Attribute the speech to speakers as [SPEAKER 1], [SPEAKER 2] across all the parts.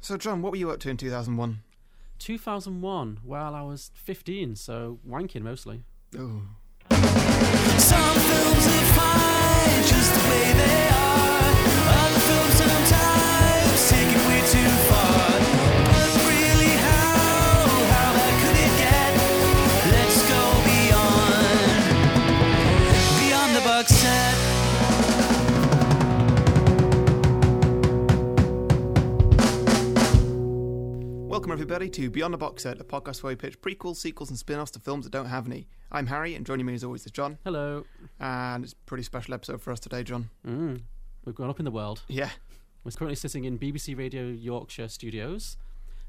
[SPEAKER 1] So, John, what were you up to in 2001?
[SPEAKER 2] 2001. Well, I was 15, so wanking mostly.
[SPEAKER 1] Oh.
[SPEAKER 3] Some films are fine just the way they are. Other films sometimes take it way too far. But really, how how bad could it get? Let's go beyond beyond the box set.
[SPEAKER 1] Welcome, everybody, to Beyond the Box Set, a podcast where we pitch prequels, sequels, and spin offs to films that don't have any. I'm Harry, and joining me as always is John.
[SPEAKER 2] Hello.
[SPEAKER 1] And it's a pretty special episode for us today, John.
[SPEAKER 2] Mm. We've grown up in the world.
[SPEAKER 1] Yeah.
[SPEAKER 2] We're currently sitting in BBC Radio Yorkshire Studios,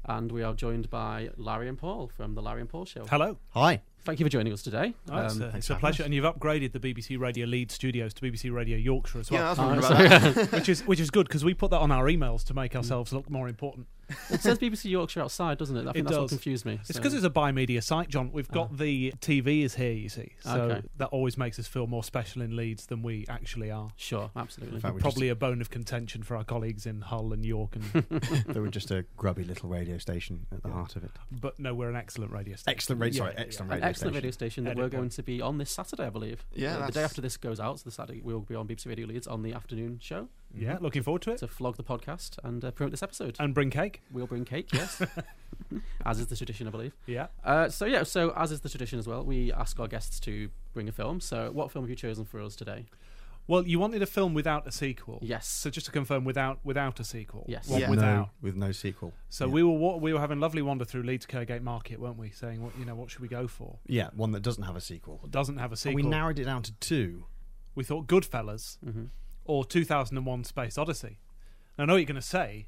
[SPEAKER 2] and we are joined by Larry and Paul from The Larry and Paul Show.
[SPEAKER 4] Hello.
[SPEAKER 5] Hi.
[SPEAKER 2] Thank you for joining us today. Um,
[SPEAKER 4] Oh, it's, a, it's a pleasure, and you've upgraded the BBC Radio Leeds studios to BBC Radio Yorkshire as
[SPEAKER 1] yeah, I
[SPEAKER 4] well,
[SPEAKER 1] was wondering
[SPEAKER 2] Oh,
[SPEAKER 1] about that.
[SPEAKER 4] which is which is good because we put that on our emails to
[SPEAKER 5] Mm.
[SPEAKER 4] make ourselves look more important.
[SPEAKER 2] it says BBC Yorkshire outside, doesn't it? I think
[SPEAKER 4] It
[SPEAKER 2] that's what
[SPEAKER 4] does.
[SPEAKER 2] confused me.
[SPEAKER 4] It's
[SPEAKER 2] so-
[SPEAKER 4] because it's a bi media site, John. We've got
[SPEAKER 5] Ah.
[SPEAKER 4] the TV is here, you see, so
[SPEAKER 2] Okay.
[SPEAKER 4] that always makes us feel more special in Leeds than we actually are.
[SPEAKER 2] Sure, absolutely.
[SPEAKER 5] fact, we
[SPEAKER 4] Probably a bone of contention for our colleagues in Hull and York, and,
[SPEAKER 5] just, they were just a grubby little radio station at the heart of it.
[SPEAKER 4] but no, we're an excellent radio station.
[SPEAKER 5] Excellent
[SPEAKER 4] Yeah,
[SPEAKER 5] radio. sorry,
[SPEAKER 4] yeah,
[SPEAKER 5] excellent
[SPEAKER 2] An
[SPEAKER 5] radio
[SPEAKER 2] excellent
[SPEAKER 5] station.
[SPEAKER 2] radio station that
[SPEAKER 4] Edit
[SPEAKER 2] we're going
[SPEAKER 4] one.
[SPEAKER 2] to be on this Saturday, I believe.
[SPEAKER 1] Yeah,
[SPEAKER 2] Uh, the
[SPEAKER 1] that's-
[SPEAKER 2] day after this goes out, so the Saturday we'll be on BBC Radio Leeds on the afternoon show
[SPEAKER 4] Yeah, looking forward to it.
[SPEAKER 2] to flog the podcast and uh, promote this episode.
[SPEAKER 4] And bring cake.
[SPEAKER 2] we'll bring cake, yes, as is the tradition, I believe.
[SPEAKER 4] Yeah.
[SPEAKER 2] Uh, so yeah, so as is the tradition as well, we ask our guests to bring a film. So what film have you chosen for us today?
[SPEAKER 4] Well, you wanted a film without a sequel.
[SPEAKER 2] Yes.
[SPEAKER 4] So just to confirm, without without a sequel.
[SPEAKER 2] Yes.
[SPEAKER 4] One
[SPEAKER 1] Yeah.
[SPEAKER 4] Without.
[SPEAKER 5] No, with no sequel.
[SPEAKER 4] So
[SPEAKER 5] Yeah.
[SPEAKER 4] we were wa- we were having a lovely wander through Leeds Kergate Market, weren't we? Saying what you know, what should we go for?
[SPEAKER 5] Yeah, one that doesn't have a sequel.
[SPEAKER 4] What doesn't have a
[SPEAKER 5] And
[SPEAKER 4] sequel?
[SPEAKER 5] we narrowed it down to two.
[SPEAKER 4] We thought Goodfellas
[SPEAKER 5] Mm-hmm.
[SPEAKER 4] or 2001: Space Odyssey. And I know what you're going to say.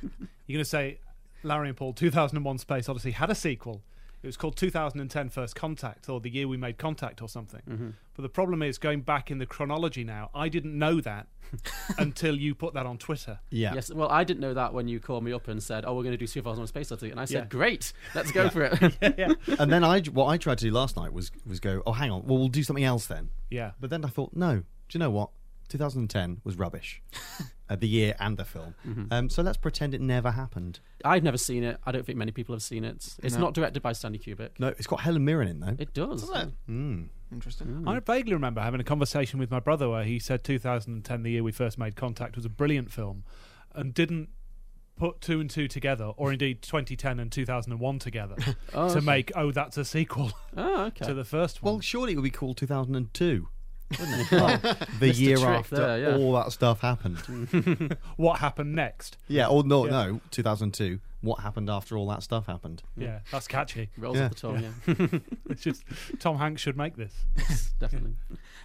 [SPEAKER 4] you're going to say Larry and Paul 2001: Space Odyssey had a sequel. It was called 2010 First Contact or the year we made contact or something.
[SPEAKER 5] Mm-hmm.
[SPEAKER 4] But the problem is going back in the chronology now. I didn't know that until you put that on Twitter.
[SPEAKER 5] Yeah.
[SPEAKER 2] Yes, well, I didn't know that when you called me up and said, "Oh, we're going to do 2001: Space Odyssey," and I said,
[SPEAKER 4] Yeah.
[SPEAKER 2] "Great, let's go for it."
[SPEAKER 5] and then I, what I tried to do last night was was go, oh, hang on, well, we'll do something else then.
[SPEAKER 4] Yeah.
[SPEAKER 5] But then I thought, no, do you know what? 2010 was rubbish, uh, the year and the film. Um, so let's pretend it never happened.
[SPEAKER 2] I've never seen it. I don't think many people have seen it. It's not directed by Stanley Kubrick.
[SPEAKER 5] No, it's got Helen Mirren in though.
[SPEAKER 2] It does.
[SPEAKER 1] Interesting.
[SPEAKER 4] I vaguely remember having a conversation with my brother where he said 2010, the year we first made contact, was a brilliant film and didn't put two and two together, or indeed 2010 and 2001 together, to make, oh, that's a sequel
[SPEAKER 2] Oh, okay.
[SPEAKER 4] to the first one.
[SPEAKER 5] Well, surely it would be called 2002. wouldn't it? the year
[SPEAKER 2] trick
[SPEAKER 5] after
[SPEAKER 2] there, yeah.
[SPEAKER 5] all that stuff happened.
[SPEAKER 4] what happened next?
[SPEAKER 5] Yeah, or no, no, 2002. What happened after all that stuff happened?
[SPEAKER 4] Yeah, that's catchy.
[SPEAKER 2] Rolls
[SPEAKER 5] Yeah.
[SPEAKER 2] of the tongue, yeah.
[SPEAKER 4] It's just Tom Hanks should make this.
[SPEAKER 2] definitely.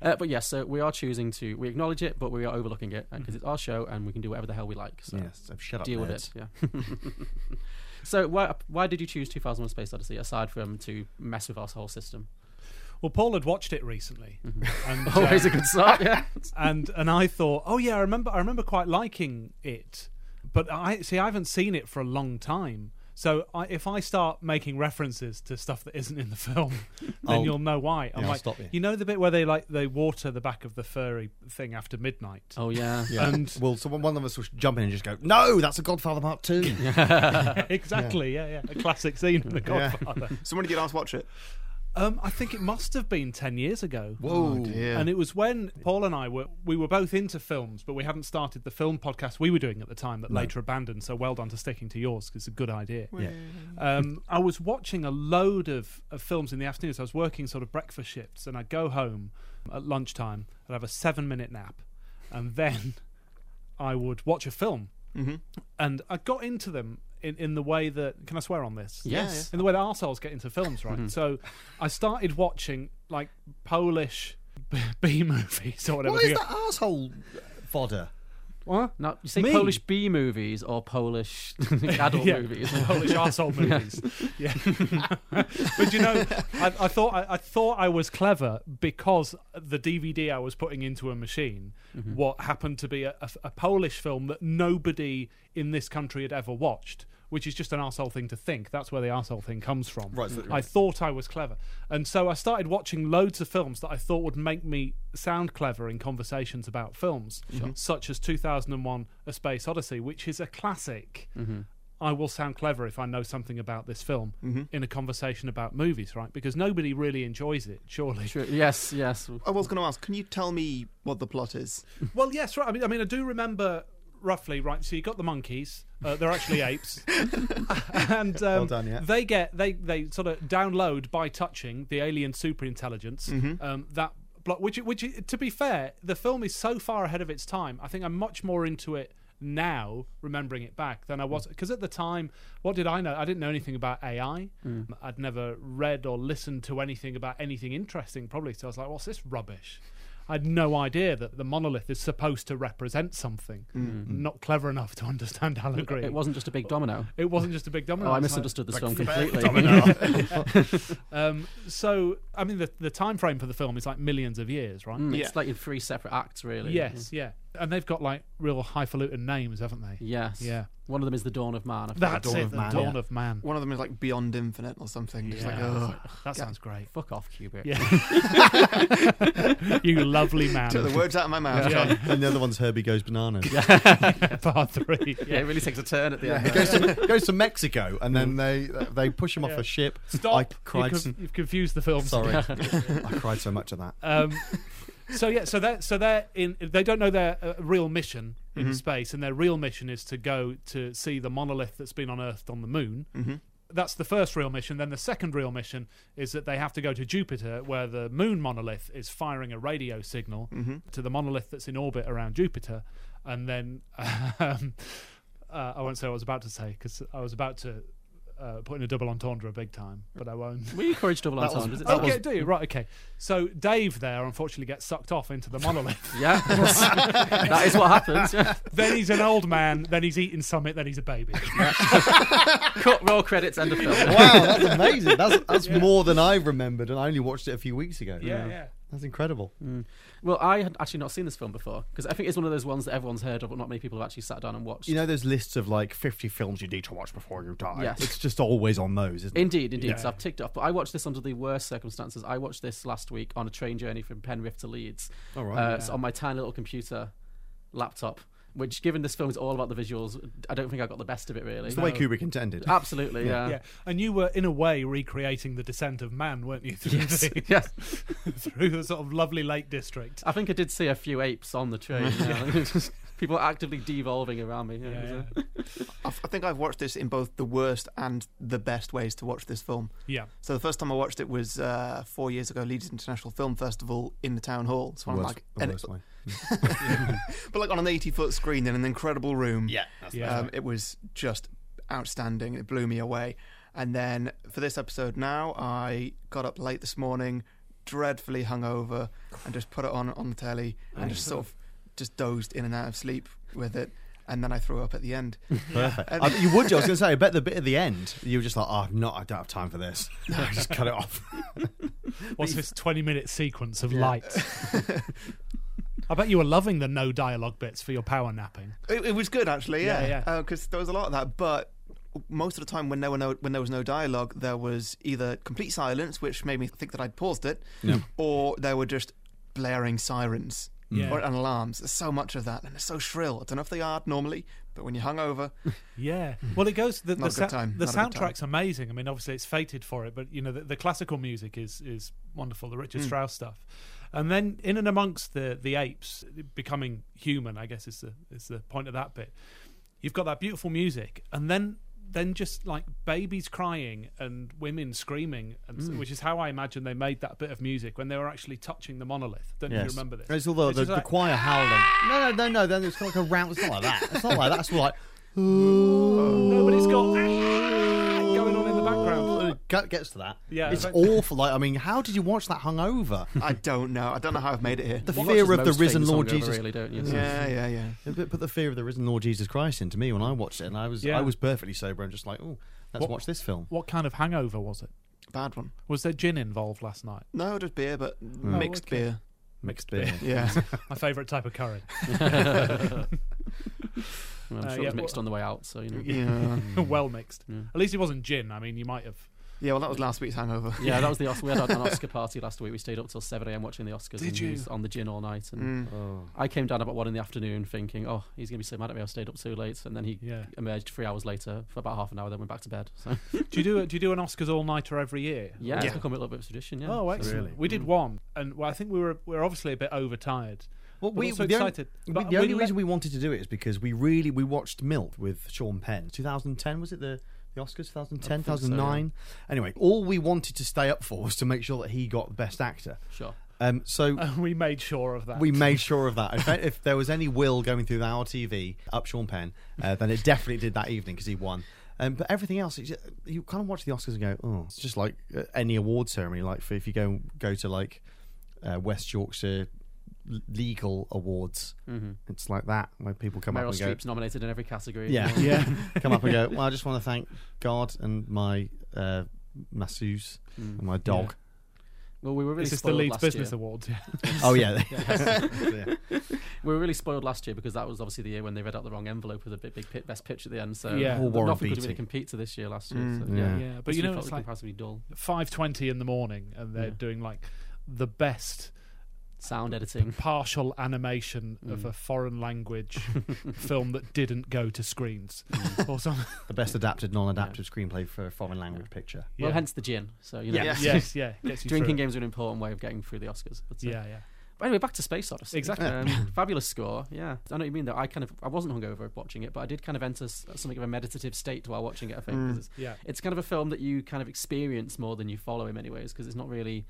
[SPEAKER 2] Uh, but yes, so we are choosing to we acknowledge it, but we are overlooking it because it's our show and we can do whatever the hell we like. So
[SPEAKER 5] Yes, so shut up.
[SPEAKER 2] deal with
[SPEAKER 5] nerds.
[SPEAKER 2] it. Yeah. so why why did you choose 2001: Space Odyssey aside from to mess with our whole system?
[SPEAKER 4] Well, Paul had watched it recently. And, uh,
[SPEAKER 2] Always a good start. Yeah.
[SPEAKER 4] and and I thought, oh yeah, I remember I remember quite liking it, but I see I haven't seen it for a long time. So I, if I start making references to stuff that isn't in the film, then
[SPEAKER 5] I'll-
[SPEAKER 4] you'll know why. I'm
[SPEAKER 5] yeah, I'll
[SPEAKER 4] like,
[SPEAKER 5] stop you.
[SPEAKER 4] know the bit where they like they water the back of the furry thing after midnight.
[SPEAKER 2] Oh yeah.
[SPEAKER 5] Yeah.
[SPEAKER 4] And-
[SPEAKER 5] well, someone one of us will jump in and just go, "No, that's a Godfather Part 2.
[SPEAKER 4] exactly, yeah. yeah, a classic scene from The Godfather.
[SPEAKER 1] Somebody did ask watch it.
[SPEAKER 4] Um, I think it must have been ten years ago.
[SPEAKER 1] Whoa. dear.
[SPEAKER 4] And it was when Paul and I were we were both into films, but we hadn't started the film podcast we were doing at the time that later abandoned. So well done to sticking to yours 'cause it's a good idea.
[SPEAKER 5] Yeah.
[SPEAKER 4] Um, I was watching a load of, of films in the afternoons. I was working sort of breakfast shifts, and I'd go home at lunchtime. I'd have a seven minute nap, and then I would watch a film. And I got into them in, in the way that can I swear on this?
[SPEAKER 2] Yes.
[SPEAKER 4] in the way that arseholes get into films, right? So I started watching like Polish b- B movies or whatever.
[SPEAKER 5] What is that asshole uh, fodder?
[SPEAKER 4] What?
[SPEAKER 2] Now you say
[SPEAKER 4] Me?
[SPEAKER 2] Polish B movies or Polish adult
[SPEAKER 4] Yeah.
[SPEAKER 2] movies?
[SPEAKER 4] Polish arsehole movies. Yeah. but you know, I, I thought I, I thought I was clever because the DVD I was putting into a machine, what happened to be a, a- a Polish film that nobody in this country had ever watched. which is just an arsehole thing to think. That's where the arsehole thing comes from.
[SPEAKER 5] Right, so-
[SPEAKER 4] I thought I was clever. And so I started watching loads of films that I thought would make me sound clever in conversations about films, such as 2001 A Space Odyssey, which is a classic.
[SPEAKER 5] Mm-hmm.
[SPEAKER 4] I will sound clever if I know something about this film
[SPEAKER 5] Mm-hmm.
[SPEAKER 4] in a conversation about movies, right? Because nobody really enjoys it, surely.
[SPEAKER 2] True. Yes, yes.
[SPEAKER 1] I was going to ask, can you tell me what the plot is?
[SPEAKER 4] Well, yes, right. I mean, I mean, I do remember roughly, right? So you got the monkeys. Uh, they're actually apes, and um,
[SPEAKER 5] done, yeah.
[SPEAKER 4] they get they they sort of download by touching the alien superintelligence
[SPEAKER 2] Mm-hmm.
[SPEAKER 4] um, that. Block, which, which, to be fair, the film is so far ahead of its time. I think I'm much more into it now, remembering it back, than I was
[SPEAKER 2] Mm.
[SPEAKER 4] because at the time, what did I know? I didn't know anything about AI.
[SPEAKER 2] Mm.
[SPEAKER 4] I'd never read or listened to anything about anything interesting, probably. So I was like, "What's this rubbish?" I had no idea that the monolith is supposed to represent something. Not clever enough to understand allegory.
[SPEAKER 2] Mm. It wasn't just a big domino.
[SPEAKER 4] It wasn't just a big domino.
[SPEAKER 2] Oh, I
[SPEAKER 4] It's like-
[SPEAKER 2] misunderstood this film completely.
[SPEAKER 4] um, so, I mean, the the time frame for the film is like millions of years, right?
[SPEAKER 2] Mm,
[SPEAKER 1] Yeah.
[SPEAKER 2] It's like in three separate acts, really.
[SPEAKER 4] Yes, yeah. And they've got like real highfalutin names, haven't they?
[SPEAKER 2] Yes.
[SPEAKER 4] Yeah.
[SPEAKER 2] One of them is the Dawn of Man. I think.
[SPEAKER 4] That's
[SPEAKER 5] Dawn
[SPEAKER 4] it.
[SPEAKER 5] of
[SPEAKER 4] The
[SPEAKER 5] Man,
[SPEAKER 4] Dawn
[SPEAKER 5] yeah.
[SPEAKER 4] of Man.
[SPEAKER 1] One of them is like Beyond Infinite or something. Just like,
[SPEAKER 4] Yeah.
[SPEAKER 1] ugh.
[SPEAKER 4] That sounds great.
[SPEAKER 2] Fuck off, Kubrick.
[SPEAKER 4] Yeah. you lovely man.
[SPEAKER 1] Took the words out of my mouth. John.
[SPEAKER 4] Yeah.
[SPEAKER 5] and the other one's Herbie Goes Bananas.
[SPEAKER 4] Part three.
[SPEAKER 2] Yeah, it really takes a turn at the end.
[SPEAKER 5] goes, to, goes to Mexico, and then they uh, they push him off
[SPEAKER 4] Yeah.
[SPEAKER 5] a ship.
[SPEAKER 4] Stop.
[SPEAKER 5] I cried.
[SPEAKER 4] You've,
[SPEAKER 5] so-
[SPEAKER 4] con- you've confused the film.
[SPEAKER 5] sorry, I cried so much at that.
[SPEAKER 4] Um, so yeah, so they so they're in. They don't know their uh, real mission in space, and their real mission is to go to see the monolith that's been unearthed on the moon.
[SPEAKER 1] Mm-hmm.
[SPEAKER 4] That's the first real mission. Then the second real mission is that they have to go to Jupiter, where the moon monolith is firing a radio signal
[SPEAKER 1] Mm-hmm.
[SPEAKER 4] to the monolith that's in orbit around Jupiter, and then um, uh, I won't say what I was about to say because I was about to. Uh, put in a double entendre big time, but I won't.
[SPEAKER 2] We encourage double
[SPEAKER 5] That was-
[SPEAKER 2] entendres. It's
[SPEAKER 5] that
[SPEAKER 2] okay.
[SPEAKER 4] Okay, do you? Right, okay. So Dave there unfortunately gets sucked off into the monolith.
[SPEAKER 2] Yeah. that is what happens. Yeah.
[SPEAKER 4] then he's an old man, then he's eating summit, then he's a baby.
[SPEAKER 2] Cut roll credits, end of film.
[SPEAKER 5] Wow, that's amazing. That's that's more than I remembered, and I only watched it a few weeks ago.
[SPEAKER 4] yeah.
[SPEAKER 5] that's incredible.
[SPEAKER 2] Mm. Well, I had actually not seen this film before because I think it's one of those ones that everyone's heard of, but not many people have actually sat down and watched.
[SPEAKER 5] You know those lists of like fifty films you need to watch before you die.
[SPEAKER 2] Yes.
[SPEAKER 5] it's just always on those, isn't it?
[SPEAKER 2] Indeed, indeed.
[SPEAKER 4] Yeah.
[SPEAKER 2] So I've ticked off. But I watched this under the worst circumstances. I watched this last week on a train journey from Penrith to Leeds.
[SPEAKER 5] All right.
[SPEAKER 2] uh, so on my tiny little computer laptop, which, given this film is all about the visuals, I don't think I got the best of it really.
[SPEAKER 5] It's the way Kubrick intended.
[SPEAKER 2] Ah, Absolutely, yeah.
[SPEAKER 4] Yeah. And you were in a way recreating the descent of man, weren't you? Through,
[SPEAKER 2] Yes,
[SPEAKER 4] the,
[SPEAKER 2] yes.
[SPEAKER 4] through the sort of lovely lake district.
[SPEAKER 2] I think I did see a few apes on the train. yeah. People actively devolving around me. Yeah, it was a-
[SPEAKER 1] I I think I've watched this in both the worst and the best ways to watch this film.
[SPEAKER 4] Yeah.
[SPEAKER 1] So the first time I watched it was uh, four years ago, Leeds International Film Festival in the town hall. So I'm
[SPEAKER 5] Worst-
[SPEAKER 1] like,
[SPEAKER 5] the
[SPEAKER 1] and-
[SPEAKER 5] worst way.
[SPEAKER 2] e-
[SPEAKER 1] but like on an 80 foot screen in an incredible room.
[SPEAKER 4] Yeah.
[SPEAKER 1] Um, it was just outstanding. It blew me away. And then for this episode now, I got up late this morning, dreadfully hungover, and just put it on on the telly and just sort of just dozed in and out of sleep with it. And then I threw up at the end.
[SPEAKER 5] Perfect.
[SPEAKER 1] And-
[SPEAKER 5] I- you would. I was going to say. I bet the bit at the end, you were just like, "Oh, no, I don't have time for this. I just cut it off."
[SPEAKER 4] What's this 20 minute sequence of lights? I bet you were loving the no dialogue bits for your power napping.
[SPEAKER 1] It, it was good actually,
[SPEAKER 4] Yeah,
[SPEAKER 1] yeah,
[SPEAKER 4] yeah.
[SPEAKER 1] Because there was a lot of that, but most of the time when there were no when there was no dialogue, there was either complete silence, which made me think that I'd paused it, or there were just blaring sirens
[SPEAKER 4] Yeah.
[SPEAKER 1] or, and alarms. There's so much of that, and it's so shrill. I don't know if they are normally, but when you're hungover,
[SPEAKER 4] Yeah. Well, it goes. The,
[SPEAKER 1] Hmm. Not
[SPEAKER 4] the,
[SPEAKER 1] a good
[SPEAKER 4] sou-
[SPEAKER 1] time.
[SPEAKER 4] the
[SPEAKER 1] Not a good time.
[SPEAKER 4] soundtrack's amazing. I mean, obviously it's fated for it, but you know the, the classical music is is wonderful. The
[SPEAKER 1] Hmm.
[SPEAKER 4] Richard Strauss stuff, and then in and amongst the the apes becoming human, I guess is the is the point of that bit. You've got that beautiful music, and then then just like babies crying and women screaming, and
[SPEAKER 1] Hmm.
[SPEAKER 4] s which is how I imagine they made that bit of music when they were actually touching the monolith. Don't know if you remember this?
[SPEAKER 5] It's all the,
[SPEAKER 4] It's
[SPEAKER 5] the,
[SPEAKER 4] just
[SPEAKER 5] the
[SPEAKER 4] like- "Ah!"
[SPEAKER 5] choir howling. No, no, no, no. Then it's got like a round. It's not like that. It's not like that. It's more like. No,
[SPEAKER 4] No, but it's got "Ah!" going on in the background.
[SPEAKER 5] Gut gets to that.
[SPEAKER 4] Yeah.
[SPEAKER 5] it's
[SPEAKER 4] But-
[SPEAKER 5] awful. Like, I mean, how did you watch that hungover?
[SPEAKER 1] I don't know. I don't know how I've made it here.
[SPEAKER 5] The
[SPEAKER 2] You watch
[SPEAKER 5] fear
[SPEAKER 2] as
[SPEAKER 5] of the
[SPEAKER 2] most
[SPEAKER 5] risen
[SPEAKER 2] things
[SPEAKER 5] Lord
[SPEAKER 2] hungover,
[SPEAKER 5] Jesus.
[SPEAKER 2] really, don't you?
[SPEAKER 1] yeah, yeah, yeah.
[SPEAKER 5] It put the fear of the risen Lord Jesus Christ into me when I watched it, and I was
[SPEAKER 4] Yeah.
[SPEAKER 5] I was perfectly sober and just like, oh, let's
[SPEAKER 4] What-
[SPEAKER 5] watch this film.
[SPEAKER 4] What kind of hangover was it?
[SPEAKER 1] Bad one.
[SPEAKER 4] Was there gin involved last night?
[SPEAKER 1] No, just beer, but mixed
[SPEAKER 4] okay.
[SPEAKER 1] beer.
[SPEAKER 5] Mixed beer.
[SPEAKER 1] Yeah.
[SPEAKER 4] My favourite type of curry.
[SPEAKER 2] I mean, I'm
[SPEAKER 4] Uh,
[SPEAKER 2] sure it
[SPEAKER 4] yeah,
[SPEAKER 2] was mixed
[SPEAKER 4] well-
[SPEAKER 2] on the way out, so you know. Yeah,
[SPEAKER 1] Yeah.
[SPEAKER 4] well mixed.
[SPEAKER 2] Mm. Yeah.
[SPEAKER 4] At least it wasn't gin. I mean, you might have.
[SPEAKER 1] yeah, well, that was last week's hangover.
[SPEAKER 2] that was the Oscar. We had an Oscar party last week. We stayed up till seven a.m. watching the Oscars.
[SPEAKER 4] Did
[SPEAKER 2] and he
[SPEAKER 4] you?
[SPEAKER 2] was on the gin all night, and
[SPEAKER 1] Mm.
[SPEAKER 5] Oh.
[SPEAKER 2] I came down about one in the afternoon, thinking, "Oh, he's gonna be so mad at me. I stayed up so late." And then he
[SPEAKER 4] Yeah.
[SPEAKER 2] emerged three hours later for about half an hour, then went back to bed. So
[SPEAKER 4] Do you do a, do you do an Oscars all nighter every year?
[SPEAKER 2] yeah, Mm. it's
[SPEAKER 1] Yeah.
[SPEAKER 2] become a little bit of tradition. Yeah.
[SPEAKER 4] Oh,
[SPEAKER 2] So-
[SPEAKER 4] excellent.
[SPEAKER 5] Really?
[SPEAKER 4] We did one, and well, I think we were we are obviously a bit overtired.
[SPEAKER 5] Well,
[SPEAKER 4] But we
[SPEAKER 5] we
[SPEAKER 4] also
[SPEAKER 5] the only-
[SPEAKER 4] excited.
[SPEAKER 5] we-
[SPEAKER 4] But
[SPEAKER 5] the only
[SPEAKER 4] we let-
[SPEAKER 5] reason we wanted to do it is because we really we watched Milk with Sean Penn. 2010 was it the the Oscars? 2010,
[SPEAKER 2] think so, yeah.
[SPEAKER 5] 2009. Anyway, all we wanted to stay up for was to make sure that he got Best Actor.
[SPEAKER 2] Sure.
[SPEAKER 5] Um, so
[SPEAKER 4] And we made sure of that.
[SPEAKER 5] we made sure of that. If, if there was any will going through our TV up Sean Penn, uh, then it definitely did that evening because he won. Um, but everything else, it's- you kind of watch the Oscars and go, oh, it's just like uh, any award ceremony. Like for, if you go go to like uh, West Yorkshire L- legal awards, it's like that where people come
[SPEAKER 2] Mm-hmm. Meryl
[SPEAKER 5] up and go,
[SPEAKER 2] Streep's nominated in every category.
[SPEAKER 5] yeah,
[SPEAKER 2] yeah.
[SPEAKER 5] yeah, come up and go. Well, I just want to thank God and my uh, masseuse and my dog.
[SPEAKER 2] Mm. Well, we were really
[SPEAKER 4] This is the
[SPEAKER 2] spoiled
[SPEAKER 4] Leeds
[SPEAKER 2] last
[SPEAKER 4] Business
[SPEAKER 2] year.
[SPEAKER 4] Awards. Yeah.
[SPEAKER 5] Oh yeah,
[SPEAKER 2] We were really spoiled last year because that was obviously the year when they read out the wrong envelope with a big, big pit, best pitch at the end. So
[SPEAKER 4] Yeah.
[SPEAKER 5] Or Warren
[SPEAKER 2] nothing could
[SPEAKER 5] Beatty.
[SPEAKER 2] really compete to this year last year.
[SPEAKER 1] Mm.
[SPEAKER 2] So, yeah.
[SPEAKER 5] Yeah.
[SPEAKER 4] Yeah, but
[SPEAKER 2] This
[SPEAKER 4] you
[SPEAKER 2] year
[SPEAKER 4] know,
[SPEAKER 2] felt
[SPEAKER 4] it's like
[SPEAKER 2] comparatively dull
[SPEAKER 4] five twenty in the morning, and they're
[SPEAKER 2] Yeah.
[SPEAKER 4] doing like the best
[SPEAKER 2] sound editing.
[SPEAKER 4] partial animation of
[SPEAKER 2] Mm.
[SPEAKER 4] a foreign language film that didn't go to screens or something.
[SPEAKER 5] the best adapted non-adaptive screenplay for a foreign language picture.
[SPEAKER 4] Yeah.
[SPEAKER 2] Well, hence the gin. So you know,
[SPEAKER 1] Yeah.
[SPEAKER 4] yes, yeah, gets you
[SPEAKER 2] drinking
[SPEAKER 4] through it.
[SPEAKER 2] games are an important way of getting through the Oscars. But, uh,
[SPEAKER 4] Yeah, yeah.
[SPEAKER 2] But anyway, back to Space Odyssey.
[SPEAKER 4] Exactly.
[SPEAKER 2] Um, fabulous score. Yeah, I know what you mean. Though I kind of I wasn't hungover watching it, but I did kind of enter s- something of a meditative state while watching it. I think 'cause it's,
[SPEAKER 4] Yeah.
[SPEAKER 2] it's kind of a film that you kind of experience more than you follow in many ways because it's not really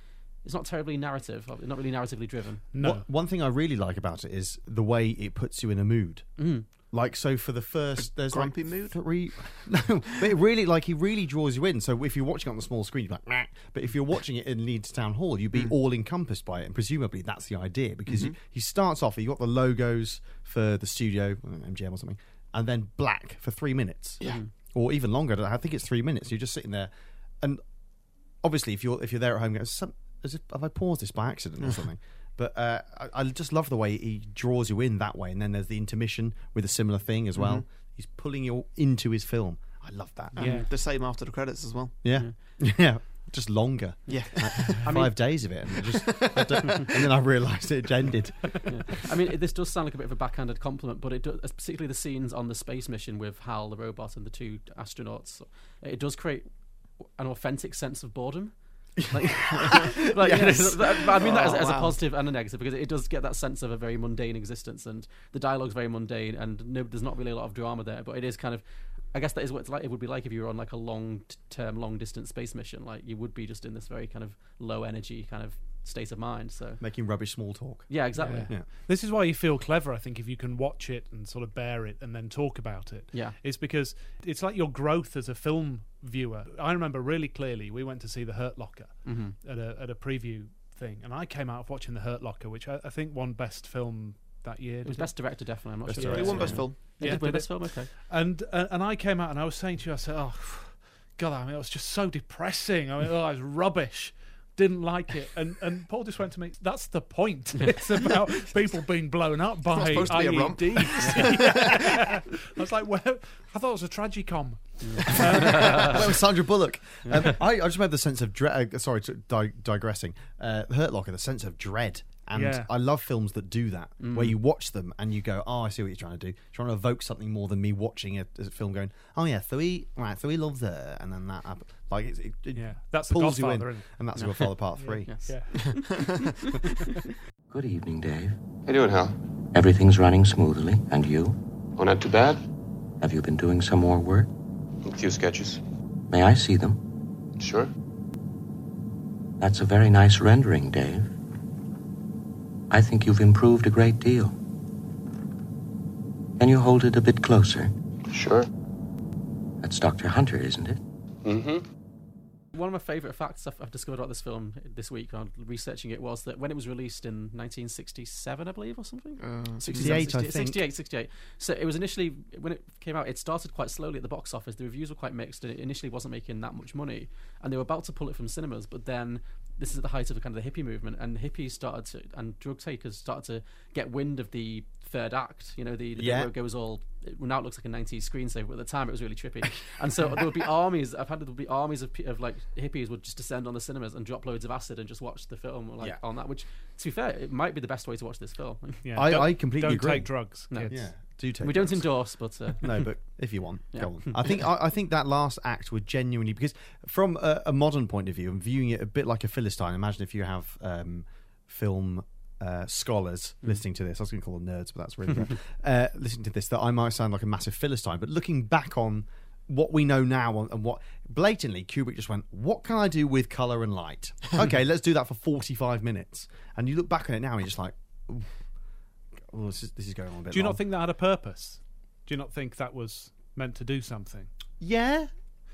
[SPEAKER 2] it's not terribly narrative, uh, not really narratively driven.
[SPEAKER 4] No.
[SPEAKER 5] What- one thing I really like about it is the way it puts you in a mood.
[SPEAKER 2] Mm.
[SPEAKER 5] Like so, for the first there's
[SPEAKER 1] Grumpy
[SPEAKER 5] like
[SPEAKER 1] mood?
[SPEAKER 5] Three, no, but it really like he really draws you in. So if you're watching on the small screen, you're like, Meh. but if you're watching it in Leeds Town Hall, you'd
[SPEAKER 1] Mm.
[SPEAKER 5] be all encompassed by it, and presumably that's the idea because
[SPEAKER 1] Mm-hmm.
[SPEAKER 5] you- he starts off. You got the logos for the studio uh, MGM or something, and then black for three minutes,
[SPEAKER 1] Yeah.
[SPEAKER 5] or even longer. I think it's three minutes. You're just sitting there, and obviously if you're if you're there at home, going, some, as if, have I paused this by accident or something? But uh, I, I just love the way he draws you in that way, and then there's the intermission with a similar thing as well. He's pulling you into his film. I love that.
[SPEAKER 1] And
[SPEAKER 4] Yeah.
[SPEAKER 1] the same after the credits as well.
[SPEAKER 5] yeah, yeah, just longer.
[SPEAKER 1] Yeah.
[SPEAKER 5] Five days of it, and, it just, I don't- and then I realised it ended.
[SPEAKER 2] I mean, it, this does sound like a bit of a backhanded compliment, but it does, particularly the scenes on the space mission with Hal, the robot, and the two astronauts. It does create an authentic sense of boredom. Like, like, you know,
[SPEAKER 5] Yes.
[SPEAKER 2] that- I mean that as,
[SPEAKER 1] Oh,
[SPEAKER 2] as a
[SPEAKER 1] wow.
[SPEAKER 2] positive and a negative because it does get that sense of a very mundane existence, and the dialogue's very mundane, and no, there's not really a lot of drama there. But it is kind of, I guess that is what it's like. It would be like if you were on like a long-term, long-distance space mission. Like you would be just in this very kind of low-energy kind of state of mind. So
[SPEAKER 5] Making rubbish small talk.
[SPEAKER 2] yeah, exactly.
[SPEAKER 4] Yeah. This is why you feel clever, I think, if you can watch it and sort of bear it and then talk about it.
[SPEAKER 2] Yeah.
[SPEAKER 4] It's because it's like your growth as a film viewer. I remember really clearly we went to see The Hurt Locker
[SPEAKER 5] Mm-hmm.
[SPEAKER 4] at, a, at a preview thing, and I came out of watching The Hurt Locker, which I, I think won Best Film that year.
[SPEAKER 2] It was
[SPEAKER 4] did
[SPEAKER 2] best director, definitely. I'm not
[SPEAKER 5] Best
[SPEAKER 2] sure.
[SPEAKER 5] director,
[SPEAKER 1] It won
[SPEAKER 5] yeah.
[SPEAKER 1] best film.
[SPEAKER 2] It
[SPEAKER 4] Yeah,
[SPEAKER 2] did win
[SPEAKER 4] did
[SPEAKER 2] best
[SPEAKER 4] it?
[SPEAKER 2] film. Okay.
[SPEAKER 4] and uh, and I came out and I was saying to you, I said, "Oh, God, I mean, it was just so depressing. I mean, oh, it was rubbish. Didn't like it." And and Paul just went to me, "That's the point. It's about people being blown up by
[SPEAKER 1] supposed to be a romp.
[SPEAKER 4] IEDs." Yeah. I was like, "Well, I thought it was a tragicom."
[SPEAKER 5] Where was Sandra Bullock? Um, I, I just remember the sense of dread. Uh, sorry, to di- digressing. Uh, Hurt Locker, the sense of dread. And
[SPEAKER 4] Yeah. Mm.
[SPEAKER 5] I love films that do that, where you watch them and you go, "Oh, I see what you're trying to do. trying to evoke something more than me watching a, a film going, oh yeah, three right, three loves her,' and then that happen- like it, it, it
[SPEAKER 4] Yeah, that's the
[SPEAKER 5] pulls you in,
[SPEAKER 4] Godfather. Isn't
[SPEAKER 5] and that's your father part three.
[SPEAKER 2] Yes.
[SPEAKER 4] it? Yeah.
[SPEAKER 6] Good evening, Dave.
[SPEAKER 7] How you doing, Hal?
[SPEAKER 6] Everything's running smoothly. And you?
[SPEAKER 7] Oh, not too bad.
[SPEAKER 6] Have you been doing some more work?
[SPEAKER 7] A few sketches.
[SPEAKER 6] May I see them?
[SPEAKER 7] Sure.
[SPEAKER 6] That's a very nice rendering, Dave. I think you've improved a great deal. Can you hold it a bit closer?
[SPEAKER 7] Sure.
[SPEAKER 6] That's Dr. Hunter, isn't it?
[SPEAKER 7] Mm-hmm.
[SPEAKER 2] One of my favourite facts I've, I've discovered about this film this week on researching it was that when it was released in 1967, I believe, or something.
[SPEAKER 1] Uh,
[SPEAKER 5] 68, I
[SPEAKER 2] 68,
[SPEAKER 5] think.
[SPEAKER 2] 68, 68. So it was initially, when it came out, it started quite slowly at the box office. The reviews were quite mixed, and it initially wasn't making that much money. And they were about to pull it from cinemas, but then this is at the height of kind of the hippie movement, and hippies started to and drug takers started to get wind of the third act. You know, the, the bit
[SPEAKER 5] Yeah.
[SPEAKER 2] where it goes all it- now it looks like a '90s screensaver, but at the time it was really trippy. And so there would be armies. I've had there would be armies of, pe- of like hippies would just descend on the cinemas and drop loads of acid and just watch the film like
[SPEAKER 5] Yeah.
[SPEAKER 2] on that. Which, to be fair, it might be the best way to watch this film.
[SPEAKER 4] Yeah,
[SPEAKER 5] I-
[SPEAKER 4] don't-
[SPEAKER 5] I completely
[SPEAKER 4] don't
[SPEAKER 5] agree.
[SPEAKER 4] take drugs.
[SPEAKER 2] No.
[SPEAKER 4] kids.
[SPEAKER 5] Yeah. Do take
[SPEAKER 2] we don't
[SPEAKER 5] drugs.
[SPEAKER 2] endorse, but uh,
[SPEAKER 5] no, but if you want,
[SPEAKER 2] Yeah.
[SPEAKER 5] go on. I think I, I think that last act would genuinely because from a, a modern point of view and viewing it a bit like a philistine. Imagine if you have um, film uh, scholars
[SPEAKER 4] Mm.
[SPEAKER 5] listening to this. I was going to call them nerds, but that's really bad. uh, listening to this that I might sound like a massive philistine. But looking back on what we know now and- and what blatantly Kubrick just went, what can I do with color and light? Okay, let's do that for forty-five minutes. And you look back on it now and you're just like. "Ooh, Oh, this is, this is going on a bit.
[SPEAKER 4] Do you
[SPEAKER 5] long."
[SPEAKER 4] not think that had a purpose? Do you not think that was meant to do something?
[SPEAKER 5] Yeah,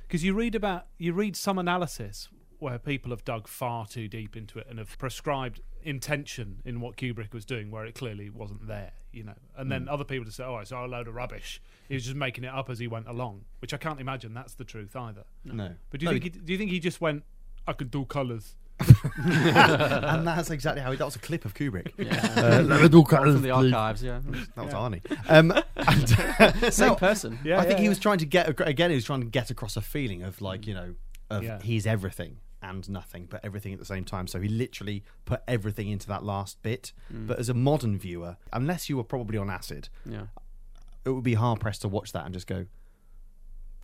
[SPEAKER 4] Because you read about you read some analysis where people have dug far too deep into it and have prescribed intention in what Kubrick was doing where it clearly wasn't there, you know. And then
[SPEAKER 5] Mm.
[SPEAKER 4] other people just say, "Oh, it's all a load of rubbish." He was just making it up as he went along, which I can't imagine that's the truth either.
[SPEAKER 5] no.
[SPEAKER 4] But do you think he, do you think he just went, "I could do colours"?
[SPEAKER 5] and that's exactly how he, that was a clip of Kubrick.
[SPEAKER 2] yeah,
[SPEAKER 5] Uh,
[SPEAKER 2] from the archives, yeah,
[SPEAKER 5] That was Arnie. Um, and-
[SPEAKER 2] same
[SPEAKER 5] no,
[SPEAKER 2] person.
[SPEAKER 5] I think he was trying to get ac- again. He was trying to get across a feeling of like you know, of
[SPEAKER 4] Yeah.
[SPEAKER 5] he's everything and nothing, but everything at the same time. So he literally put everything into that last bit. But as a modern viewer, unless you were probably on acid,
[SPEAKER 2] Mm, Yeah.
[SPEAKER 5] it would be hard pressed to watch that and just go,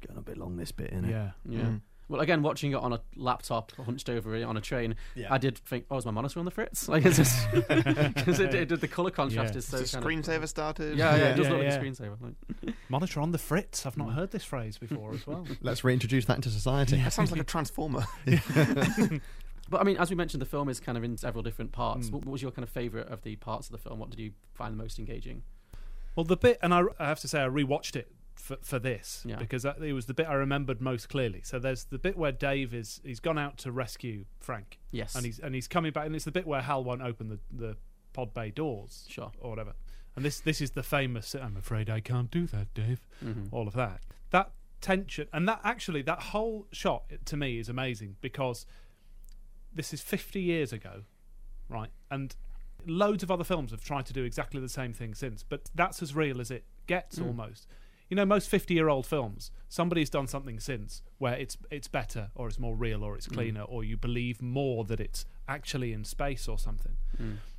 [SPEAKER 5] going a bit long this bit, innit?
[SPEAKER 4] Yeah.
[SPEAKER 2] Yeah. Well, again, watching it on a laptop, hunched over on a train,
[SPEAKER 5] Yeah.
[SPEAKER 2] I did think, "Oh, is my monitor on the fritz?" Like, it's just because it, it did the color contrast
[SPEAKER 4] Yeah.
[SPEAKER 2] is so
[SPEAKER 1] So
[SPEAKER 2] kind
[SPEAKER 1] screensaver started.
[SPEAKER 2] Of, yeah, yeah, it does
[SPEAKER 4] Yeah,
[SPEAKER 2] look
[SPEAKER 4] yeah.
[SPEAKER 2] like a screensaver. Like,
[SPEAKER 4] Monitor on the fritz.
[SPEAKER 5] Mm.
[SPEAKER 4] I've not heard this phrase before as well.
[SPEAKER 5] Let's reintroduce that into society.
[SPEAKER 1] That sounds like a transformer.
[SPEAKER 2] but I mean, as we mentioned, the film is kind of in several different parts.
[SPEAKER 5] Hmm.
[SPEAKER 2] What, what was your kind of favorite of the parts of the film? What did you find the most engaging?
[SPEAKER 4] Well, the bit, and I, I have to say, I rewatched it for, for this
[SPEAKER 2] Yeah.
[SPEAKER 4] because that, it was the bit I remembered most clearly. So there's the bit where Dave is he's gone out to rescue Frank,
[SPEAKER 2] Yes,
[SPEAKER 4] and he's and he's coming back, and it's the bit where Hal won't open the the pod bay doors
[SPEAKER 2] sure.
[SPEAKER 4] or whatever. And this this is the famous "I'm afraid I can't do that, Dave."
[SPEAKER 2] Mhm.
[SPEAKER 4] All of that that tension and that actually that whole shot to me is amazing because this is 50 years ago, right? And loads of other films have tried to do exactly the same thing since, but that's as real as it gets almost. You know, most 50 year old films, somebody's done something since where it's it's better or it's more real or it's cleaner or you believe more that it's actually in space or something.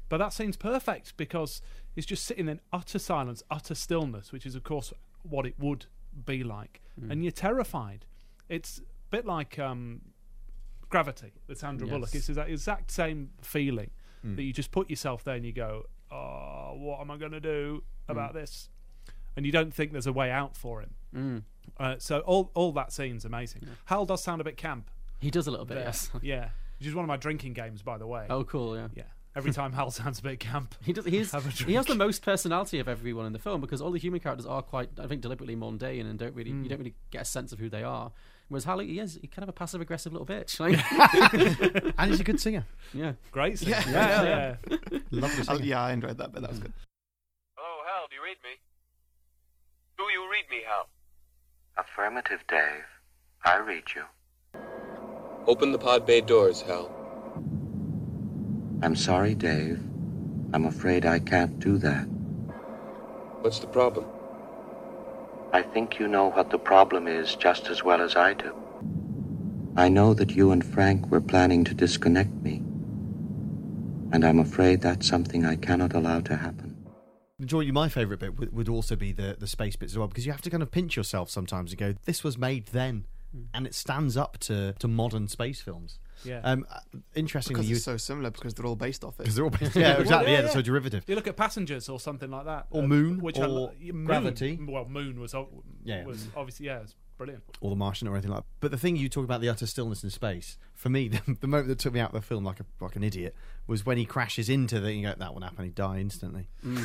[SPEAKER 4] But that seems perfect because it's just sitting in utter silence, utter stillness, which is, of course, what it would be like. And you're terrified. It's a bit like um, Gravity with Sandra Bullock.
[SPEAKER 2] Yes.
[SPEAKER 4] It's that exact same feeling
[SPEAKER 5] Mm.
[SPEAKER 4] that you just put yourself there and you go, oh, what am I going to do about
[SPEAKER 5] Mm.
[SPEAKER 4] this? And you don't think there's a way out for him.
[SPEAKER 2] Hmm.
[SPEAKER 4] Uh, so all, all that scene's amazing. Hal does sound a bit camp.
[SPEAKER 2] He does a little bit.
[SPEAKER 4] there.
[SPEAKER 2] Yes.
[SPEAKER 4] Yeah. Which is one of my drinking games, by the way.
[SPEAKER 2] Oh, cool. Yeah.
[SPEAKER 4] Yeah. Every time Hal sounds a bit camp.
[SPEAKER 2] He does. He's,
[SPEAKER 4] Have a
[SPEAKER 2] he has
[SPEAKER 4] drink.
[SPEAKER 2] the most personality of everyone in the film because all the human characters are quite, I think, deliberately mundane and don't really
[SPEAKER 5] Hmm.
[SPEAKER 2] you don't really get a sense of who they are. Whereas Harley, he is he kind of a passive aggressive little bitch. Like,
[SPEAKER 5] and he's a good singer.
[SPEAKER 2] yeah.
[SPEAKER 4] Great. Yeah.
[SPEAKER 2] Yeah,
[SPEAKER 4] yeah.
[SPEAKER 5] Lovely
[SPEAKER 1] Oh,
[SPEAKER 5] singer.
[SPEAKER 1] yeah, I enjoyed that, but that was good.
[SPEAKER 8] Hello, Oh, Hal, do you read me? Do you read me, Hal?
[SPEAKER 6] Affirmative, Dave. I read you.
[SPEAKER 7] Open the pod bay doors, Hal.
[SPEAKER 6] I'm sorry, Dave. I'm afraid I can't do that.
[SPEAKER 7] What's the problem?
[SPEAKER 6] I think you know what the problem is just as well as I do. I know that you and Frank were planning to disconnect me. And I'm afraid that's something I cannot allow to happen.
[SPEAKER 5] Joy, my favourite bit would, would also be the, the space bits as well, because you have to kind of pinch yourself sometimes and go, this was made then,
[SPEAKER 2] Mm.
[SPEAKER 5] and it stands up to, to modern space films.
[SPEAKER 4] Yeah.
[SPEAKER 5] Um, uh, interestingly,
[SPEAKER 1] Because
[SPEAKER 5] you
[SPEAKER 1] it's so similar, because they're all based off it.
[SPEAKER 5] because they're all based, yeah, exactly, yeah,
[SPEAKER 4] yeah,
[SPEAKER 5] they're so
[SPEAKER 4] yeah.
[SPEAKER 5] derivative.
[SPEAKER 4] You look at passengers or something like that, uh,
[SPEAKER 5] Or Moon,
[SPEAKER 4] which
[SPEAKER 5] or
[SPEAKER 4] I, moon,
[SPEAKER 5] Gravity.
[SPEAKER 4] Well, Moon was o-
[SPEAKER 5] Yeah.
[SPEAKER 4] was obviously yeah, it's brilliant.
[SPEAKER 5] or the Martian or anything like. But the thing you talk about the utter stillness in space for me, the, the moment that took me out of the film like a like an idiot was when he crashes into the. You go, that one happened. He died instantly.
[SPEAKER 2] Hmm.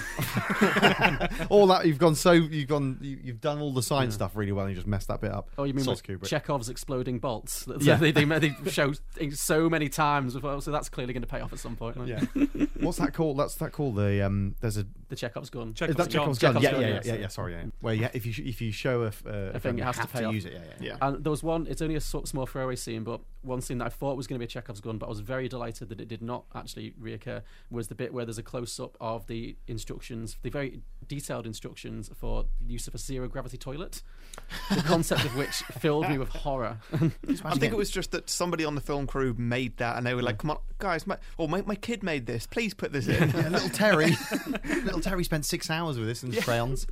[SPEAKER 5] all that you've gone so you've gone you, you've done all the science stuff really well and you just messed that bit up.
[SPEAKER 2] Oh, you mean with
[SPEAKER 5] Soz Kubrick.
[SPEAKER 2] Chekhov's exploding bolts? That's-
[SPEAKER 5] Yeah.
[SPEAKER 2] they, they, they show so many times before, so that's clearly going to pay off at some point. like.
[SPEAKER 5] What's that called? That's that called the um. There's a
[SPEAKER 2] the Chekhov's gun.
[SPEAKER 4] Check
[SPEAKER 5] Is that Chekhov's gun?
[SPEAKER 2] Chekhov's
[SPEAKER 5] Yeah,
[SPEAKER 2] gun,
[SPEAKER 5] yeah, yeah,
[SPEAKER 2] yes.
[SPEAKER 5] yeah, yeah. Sorry, yeah. Well, yeah, if you sh- if you show a, f- uh, a
[SPEAKER 2] thing, it
[SPEAKER 5] you
[SPEAKER 2] has to
[SPEAKER 5] have
[SPEAKER 2] pay
[SPEAKER 5] to
[SPEAKER 2] off.
[SPEAKER 5] use it. Yeah, yeah.
[SPEAKER 1] Yeah.
[SPEAKER 2] And there was one, it's only a so- small throwaway scene, but one scene that I thought was going to be a Chekhov's gun, but I was very delighted that it did not actually reoccur, was the bit where there's a close up of the instructions, the very detailed instructions for the use of a zero gravity toilet, the concept of which filled me with horror.
[SPEAKER 1] I think it was just that somebody on the film crew made that, and they were like, "Come on, guys! My, oh, my, my kid made this. Please put this in."
[SPEAKER 5] Yeah, little Terry, little Terry spent six hours with this in crayons.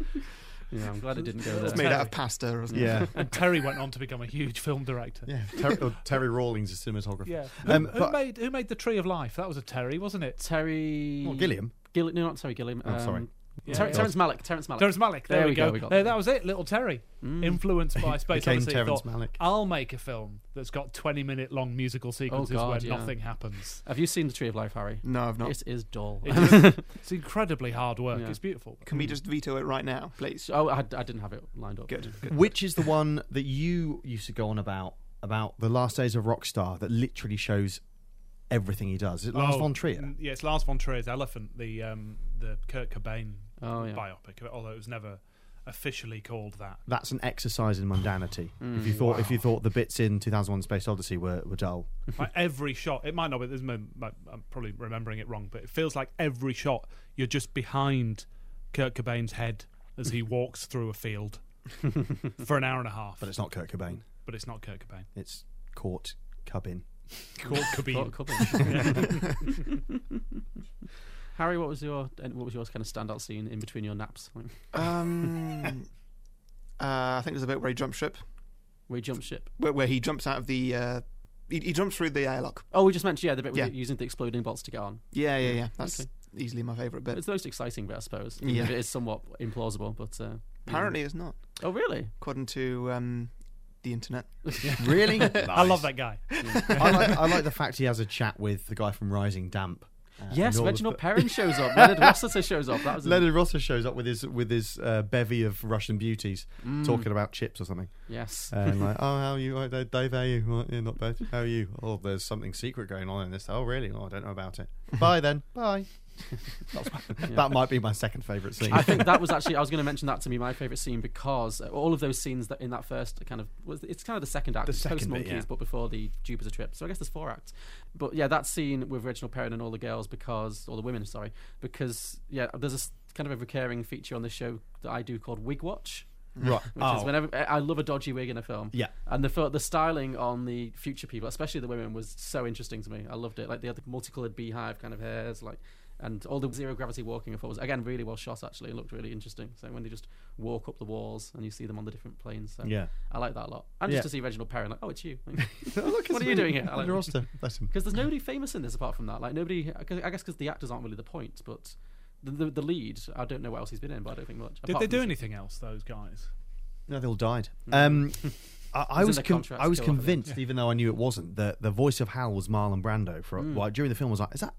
[SPEAKER 2] yeah, I'm glad it didn't go
[SPEAKER 1] It's
[SPEAKER 2] there.
[SPEAKER 1] made out of pasta, or something.
[SPEAKER 5] Yeah,
[SPEAKER 4] And Terry went on to become a huge film director.
[SPEAKER 5] yeah. Terry, or Terry Rawlings, a cinematographer.
[SPEAKER 4] Yeah. Who,
[SPEAKER 5] Um,
[SPEAKER 4] who
[SPEAKER 5] but-
[SPEAKER 4] made who made the Tree of Life? That was a Terry, wasn't it?
[SPEAKER 2] Terry.
[SPEAKER 5] Well, Oh, Gilliam.
[SPEAKER 2] Gill- no, not Terry Gilliam.
[SPEAKER 5] Oh, sorry.
[SPEAKER 2] um,
[SPEAKER 4] Yeah.
[SPEAKER 2] Ter-
[SPEAKER 4] Yeah.
[SPEAKER 2] Terrence Malick. Terrence Malick. Mm.
[SPEAKER 4] Terrence Malick. There, we go.
[SPEAKER 2] got
[SPEAKER 4] there,
[SPEAKER 2] that.
[SPEAKER 4] that was it. Little Terry, influenced by Space
[SPEAKER 5] Became
[SPEAKER 4] Odyssey,
[SPEAKER 5] Terrence
[SPEAKER 4] thought,
[SPEAKER 5] Malick.
[SPEAKER 4] I'll make a film that's got twenty-minute-long musical sequences
[SPEAKER 2] God,
[SPEAKER 4] where
[SPEAKER 2] yeah.
[SPEAKER 4] nothing happens.
[SPEAKER 2] Have you seen The Tree of Life, Harry?
[SPEAKER 1] No, I've not.
[SPEAKER 2] It is dull.
[SPEAKER 4] It is- it's incredibly hard work.
[SPEAKER 2] Yeah.
[SPEAKER 4] It's beautiful.
[SPEAKER 1] Can we just veto it right now, please?
[SPEAKER 2] oh, I, I didn't have it lined up.
[SPEAKER 1] Good. good.
[SPEAKER 5] Which is the one that you used to go on about about the last days of Rockstar that literally shows everything he does? Is it Lars
[SPEAKER 4] Oh,
[SPEAKER 5] von Trier?
[SPEAKER 4] n- Yeah, it's Lars von Trier's Elephant, the um, the Kurt Cobain
[SPEAKER 2] Oh, yeah.
[SPEAKER 4] biopic, although it was never officially called that.
[SPEAKER 5] That's an exercise in mundanity. if you thought if you thought the bits in 2001: Space Odyssey were, were dull,
[SPEAKER 4] like every shot, it might not be. This might, might- I'm probably remembering it wrong, but it feels like every shot you're just behind Kurt Cobain's head as he walks through a field for an hour and a half.
[SPEAKER 5] but it's not Kurt Cobain.
[SPEAKER 4] But it's not Kurt Cobain.
[SPEAKER 5] It's Court Cubbin.
[SPEAKER 4] Kurt
[SPEAKER 2] Thought
[SPEAKER 4] Cobain.
[SPEAKER 2] covered. Harry, what was your and what was your kind of standout scene in between your naps? Like,
[SPEAKER 1] Um, uh, I think there's a bit where he jumps ship,
[SPEAKER 2] where you jump ship.
[SPEAKER 1] where, where he jumps out of the. Uh, he, he jumps through the airlock.
[SPEAKER 2] Oh, we just mentioned yeah the bit with
[SPEAKER 1] Yeah.
[SPEAKER 2] it using the exploding bolts to get on.
[SPEAKER 1] Yeah, yeah, yeah. That's
[SPEAKER 2] Okay.
[SPEAKER 1] easily my favourite bit.
[SPEAKER 2] It's the most exciting bit, I suppose.
[SPEAKER 1] Yeah.
[SPEAKER 2] Yeah. It is somewhat implausible, but uh,
[SPEAKER 1] Apparently, it's not,
[SPEAKER 2] Oh, really?
[SPEAKER 1] according to um, the internet.
[SPEAKER 5] Really,
[SPEAKER 4] I love that guy.
[SPEAKER 5] I like, I like the fact he has a chat with the guy from Rising Damp. uh,
[SPEAKER 2] yes,
[SPEAKER 5] and all
[SPEAKER 2] Reginald
[SPEAKER 5] the-
[SPEAKER 2] Perrin shows up. Leonard Rossiter shows up. That was in-
[SPEAKER 5] Leonard Rosser shows up with his with his uh, bevy of Russian beauties
[SPEAKER 2] Mm.
[SPEAKER 1] Mm.
[SPEAKER 5] talking about chips or something.
[SPEAKER 2] yes.
[SPEAKER 5] And like, oh, how are you? Oh, Dave, Dave, how are you? "Oh, yeah, not bad. How are you? Oh, there's something secret going on in this. Oh, really? Oh, I don't know about it. Bye then. Bye. That's- That might be my second favourite scene.
[SPEAKER 2] I think that was actually I was going to mention that to be my favorite scene because uh, all of those scenes that in that first kind of was it's kind of the second act,
[SPEAKER 5] The
[SPEAKER 2] it's
[SPEAKER 5] second
[SPEAKER 2] post
[SPEAKER 5] bit,
[SPEAKER 2] monkeys,
[SPEAKER 5] yeah.
[SPEAKER 2] but before the Jupiter trip. So I guess there's four acts. But yeah, that scene with Reginald Perrin and all the girls because all the women, sorry, because yeah, there's a s- kind of a recurring feature on the show that I do called wig watch.
[SPEAKER 5] right.
[SPEAKER 2] Which
[SPEAKER 4] Oh.
[SPEAKER 2] is whenever I I love a dodgy wig in a film.
[SPEAKER 5] Oh. Yeah.
[SPEAKER 2] and the fo- the styling on the future people, especially the women, was so interesting to me. I loved it. Like they had the multicolored beehive kind of hairs, like and all the zero gravity walking. I thought was again really well shot. Actually, it looked really interesting. So when they just walk up the walls and you see them on the different planes, so
[SPEAKER 5] Yeah.
[SPEAKER 2] I like that a lot. And just
[SPEAKER 5] Yeah.
[SPEAKER 2] to see Reginald Perrin, like, oh, it's you.
[SPEAKER 5] Look,
[SPEAKER 2] What
[SPEAKER 5] it's
[SPEAKER 2] are you doing
[SPEAKER 5] me,
[SPEAKER 2] here, Alan?
[SPEAKER 5] Leonard Rosser. Bless him.
[SPEAKER 2] Because there's nobody famous in this apart from that. Like nobody, I guess, because the actors aren't really the point, but. The, the, the lead, I don't know what else he's been in, but I don't think much.
[SPEAKER 4] Did
[SPEAKER 2] Apart
[SPEAKER 4] they
[SPEAKER 2] from
[SPEAKER 4] do
[SPEAKER 2] this-
[SPEAKER 4] anything else? Those guys.
[SPEAKER 5] No, they all died.
[SPEAKER 4] Mm.
[SPEAKER 5] Um, I, I
[SPEAKER 2] It's in
[SPEAKER 5] was
[SPEAKER 2] the
[SPEAKER 5] con-
[SPEAKER 2] contract
[SPEAKER 5] I was
[SPEAKER 2] still, I think.
[SPEAKER 5] convinced, even though I knew it wasn't, that the voice of Hal was Marlon Brando. For a,
[SPEAKER 4] Mm.
[SPEAKER 5] while during the film, I was like, "Is that?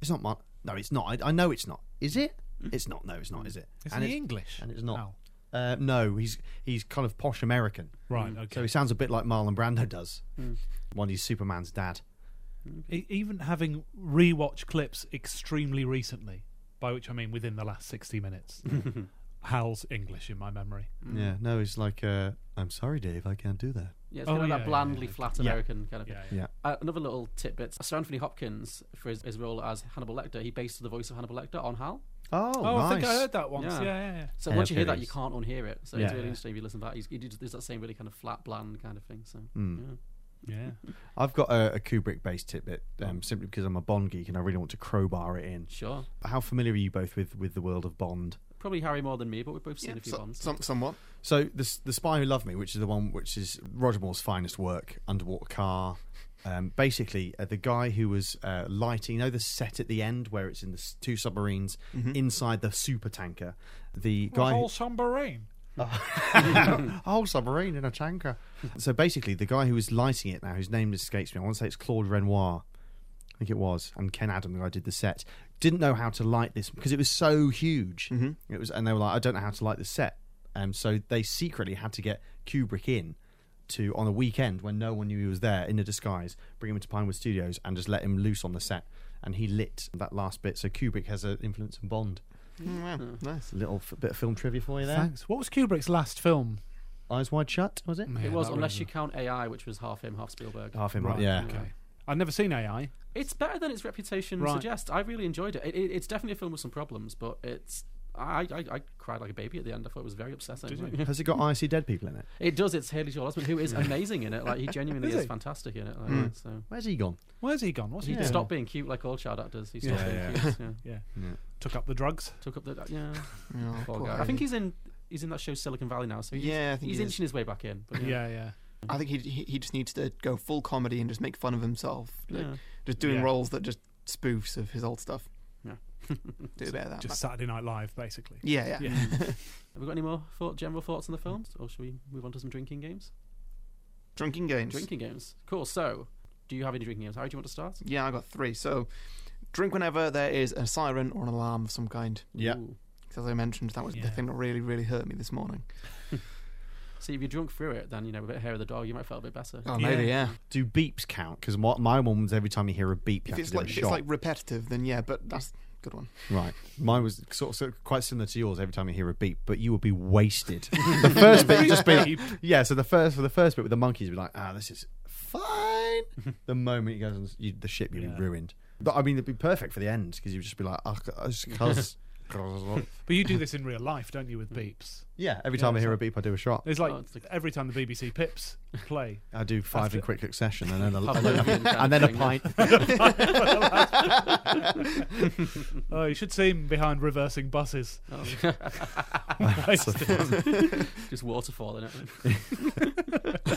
[SPEAKER 5] It's not Mar- No, it's not. I, I know it's not. Is it? It's not. No, it's not. Is it?
[SPEAKER 4] Mm. Is
[SPEAKER 5] And
[SPEAKER 4] he
[SPEAKER 5] it's-
[SPEAKER 4] English?
[SPEAKER 5] And it's not.
[SPEAKER 4] Oh.
[SPEAKER 5] Uh, no, he's he's kind of posh American.
[SPEAKER 4] Right.
[SPEAKER 5] Mm.
[SPEAKER 4] Mm.
[SPEAKER 5] So
[SPEAKER 4] Okay.
[SPEAKER 5] he sounds a bit like Marlon Brando does. One, he's Superman's dad.
[SPEAKER 4] E- even having rewatch clips extremely recently, by which I mean within the last sixty minutes, Hal's English in my memory.
[SPEAKER 5] Yeah, no, he's like, uh, "I'm sorry, Dave, I can't do that."
[SPEAKER 2] Yeah, it's
[SPEAKER 4] Oh,
[SPEAKER 2] kind of
[SPEAKER 4] yeah,
[SPEAKER 2] that
[SPEAKER 4] yeah,
[SPEAKER 2] blandly
[SPEAKER 4] yeah.
[SPEAKER 2] flat
[SPEAKER 5] Yeah.
[SPEAKER 2] American kind of thing.
[SPEAKER 4] Yeah.
[SPEAKER 5] Yeah.
[SPEAKER 2] Uh, another little tidbit: Sir Anthony Hopkins, for his, his role as Hannibal Lecter, he based the voice of Hannibal Lecter on Hal.
[SPEAKER 5] Oh,
[SPEAKER 4] Oh,
[SPEAKER 5] nice.
[SPEAKER 4] I think I heard that once.
[SPEAKER 2] Yeah.
[SPEAKER 4] Yeah, yeah, yeah.
[SPEAKER 2] So
[SPEAKER 5] Yeah,
[SPEAKER 2] once you hear
[SPEAKER 5] okay,
[SPEAKER 2] that, you
[SPEAKER 5] he's-
[SPEAKER 2] can't unhear it. So
[SPEAKER 5] Yeah,
[SPEAKER 2] it's really
[SPEAKER 5] yeah.
[SPEAKER 2] interesting if you listen to that. He's, he did, there's that same really kind of flat, bland kind of thing. So
[SPEAKER 4] Hmm.
[SPEAKER 2] yeah.
[SPEAKER 4] Yeah.
[SPEAKER 5] Hmm. I've got a, a Kubrick-based tidbit um, simply because I'm a Bond geek and I really want to crowbar it in.
[SPEAKER 2] sure,
[SPEAKER 5] How familiar are you both with, with the world of Bond?
[SPEAKER 2] probably Harry more than me, but we've both seen
[SPEAKER 1] Yeah,
[SPEAKER 2] a few
[SPEAKER 1] so-
[SPEAKER 2] ones.
[SPEAKER 1] some- somewhat.
[SPEAKER 5] So the S- the spy who loved me, which is the one which is Roger Moore's finest work, underwater car. Um, basically, uh, the guy who was uh, lighting, you know, the set at the end where it's in the s- two submarines inside the super tanker. The guy,
[SPEAKER 4] Whole submarine.
[SPEAKER 5] a whole submarine in a tanker. So basically, the guy who was lighting it now, whose name escapes me, I want to say it's Claude Renoir. I think it was, and Ken Adam, the guy who did the set, didn't know how to light this because it was so huge.
[SPEAKER 1] Mm-hmm.
[SPEAKER 5] It was, and they were like, "I don't know how to light the set," um, so they secretly had to get Kubrick in to on a weekend when no one knew he was there in a disguise, bring him into Pinewood Studios, and just let him loose on the set, and he lit that last bit. So Kubrick has an influence on Bond.
[SPEAKER 1] Mm, wow, nice.
[SPEAKER 5] Little f- bit of film trivia for you there.
[SPEAKER 4] Thanks. What was Kubrick's last film?
[SPEAKER 5] Eyes wide shut, was it?
[SPEAKER 2] it was, unless you count AI, which was half him, half Spielberg.
[SPEAKER 5] Half him,
[SPEAKER 4] Right.
[SPEAKER 5] right? Yeah.
[SPEAKER 4] Okay. I've never seen AI.
[SPEAKER 2] It's better than its reputation
[SPEAKER 4] Right.
[SPEAKER 2] suggests. I really enjoyed it. It, it. It's definitely a film with some problems, but it's. I, I, I cried like a baby at the end. I thought it was very upsetting. Like,
[SPEAKER 5] Has it got icy dead people in it?
[SPEAKER 2] it does. It's Haley Joel Osment who is amazing in it. Like he genuinely is, fantastic in it. Like, So
[SPEAKER 5] Where's he gone?
[SPEAKER 4] Where's he gone? What's
[SPEAKER 2] he
[SPEAKER 4] he doing?
[SPEAKER 2] stopped being cute like all child actors. He stopped
[SPEAKER 5] Yeah,
[SPEAKER 2] being
[SPEAKER 5] yeah.
[SPEAKER 2] cute. Yeah.
[SPEAKER 4] Yeah. Took up the drugs.
[SPEAKER 2] Took up the yeah.
[SPEAKER 1] Oh,
[SPEAKER 2] Poor
[SPEAKER 1] poor
[SPEAKER 2] guy. I
[SPEAKER 1] Harry.
[SPEAKER 2] think he's in he's in that show Silicon Valley now. So he's,
[SPEAKER 1] Yeah, I think
[SPEAKER 2] he's
[SPEAKER 1] he is.
[SPEAKER 2] inching his way back in. But yeah.
[SPEAKER 4] Yeah, yeah.
[SPEAKER 1] I think he, he he just needs to go full comedy and just make fun of himself, like,
[SPEAKER 2] Yeah.
[SPEAKER 1] just doing
[SPEAKER 4] Yeah.
[SPEAKER 1] roles that just spoofs of his old stuff.
[SPEAKER 2] Yeah.
[SPEAKER 1] do a bit of that.
[SPEAKER 4] Just Saturday Night Live, basically.
[SPEAKER 1] yeah, yeah.
[SPEAKER 4] Yeah.
[SPEAKER 2] Have we got any more thought, general thoughts on the film, or should we move on to some drinking games?
[SPEAKER 1] Drinking games.
[SPEAKER 2] Drinking games. Cool. So, do you have any drinking games? Harry, do you want to start?
[SPEAKER 1] Yeah, I got three. So, drink whenever there is a siren or an alarm of some kind.
[SPEAKER 5] Yeah.
[SPEAKER 2] Ooh.
[SPEAKER 1] Because as I mentioned, that was the
[SPEAKER 4] Yeah.
[SPEAKER 1] thing that really, really hurt me this morning.
[SPEAKER 2] See, if you drunk through it, then you know a bit of hair of the dog, you might feel a bit better.
[SPEAKER 1] Oh,
[SPEAKER 4] Yeah.
[SPEAKER 1] maybe yeah.
[SPEAKER 5] Do beeps count? Because my, my one was every time you hear a beep, you
[SPEAKER 1] If
[SPEAKER 5] have
[SPEAKER 1] it's
[SPEAKER 5] to do
[SPEAKER 1] like
[SPEAKER 5] a
[SPEAKER 1] if
[SPEAKER 5] shot.
[SPEAKER 1] it's like repetitive, then yeah. But that's a good one.
[SPEAKER 5] Right. Mine was sort of, sort of quite similar to yours. Every time you hear a beep, but you would be wasted. the first bit would just be like, yeah. So the first for the first bit with the monkeys, would be like, ah, this is fine. the moment it goes, on, you, the ship you'd
[SPEAKER 4] Yeah.
[SPEAKER 5] be ruined. But I mean, it'd be perfect for the end because you'd just be like, ah, because.
[SPEAKER 4] But you do this in real life, don't you, with beeps?
[SPEAKER 5] yeah. Every time
[SPEAKER 4] Yeah,
[SPEAKER 5] I hear
[SPEAKER 4] so-
[SPEAKER 5] a beep, I do a shot.
[SPEAKER 4] It's like
[SPEAKER 2] Oh, it's like-
[SPEAKER 4] every time the BBC Pips play.
[SPEAKER 5] I do five
[SPEAKER 4] After-
[SPEAKER 5] in quick succession, and then a, and then
[SPEAKER 2] Pavlovian kind
[SPEAKER 5] a,
[SPEAKER 2] of
[SPEAKER 5] and then a
[SPEAKER 2] thing.
[SPEAKER 5] pint.
[SPEAKER 4] Oh, you should see him behind reversing buses.
[SPEAKER 2] Oh.
[SPEAKER 4] Wasted.
[SPEAKER 2] Just waterfall in it.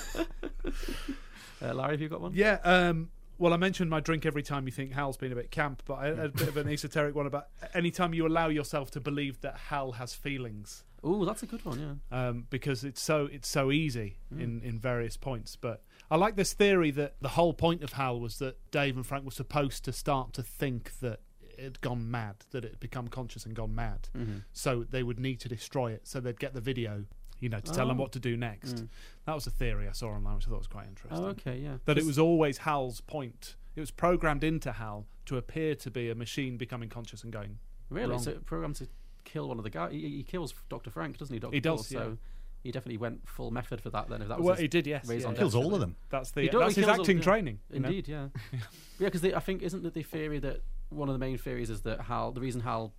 [SPEAKER 2] uh, Larry, have you got one?
[SPEAKER 4] yeah. Um, well, I mentioned my drink every time you think Hal's been a bit camp, but I had a bit of an esoteric one about any time you allow yourself to believe that Hal has feelings.
[SPEAKER 2] Ooh, that's a good one. Yeah.
[SPEAKER 4] um, because it's so it's so easy
[SPEAKER 2] Hmm.
[SPEAKER 4] in, in various points. But I like this theory that the whole point of Hal was that Dave and Frank were supposed to start to think that it had gone mad, that it had become conscious and gone mad.
[SPEAKER 2] Mm-hmm.
[SPEAKER 4] So they would need to destroy it. So they'd get the video, you know, to tell them
[SPEAKER 2] Oh.
[SPEAKER 4] what to do next. That was a theory I saw online, which I thought was quite interesting.
[SPEAKER 2] Oh, okay. Yeah.
[SPEAKER 4] That it was always Hal's point. It was programmed into Hal to appear to be a machine becoming conscious and going.
[SPEAKER 2] really
[SPEAKER 4] wrong.
[SPEAKER 2] so programmed to kill one of the guys. He, he kills Doctor Frank, doesn't he? Doctor
[SPEAKER 4] He does,
[SPEAKER 2] So he definitely went full method for that. Then, if that was
[SPEAKER 4] Well,
[SPEAKER 2] his
[SPEAKER 4] he did, yes.
[SPEAKER 2] raison
[SPEAKER 4] Yeah, yeah.
[SPEAKER 2] d'etre.
[SPEAKER 5] Kills all of them.
[SPEAKER 4] That's the
[SPEAKER 2] He does-
[SPEAKER 4] that's
[SPEAKER 2] he
[SPEAKER 4] his
[SPEAKER 2] kills all-
[SPEAKER 4] acting
[SPEAKER 2] yeah.
[SPEAKER 4] training. you know?
[SPEAKER 2] Indeed, yeah. yeah, because I think isn't that the theory that one of the main theories is that Hal, the reason Hal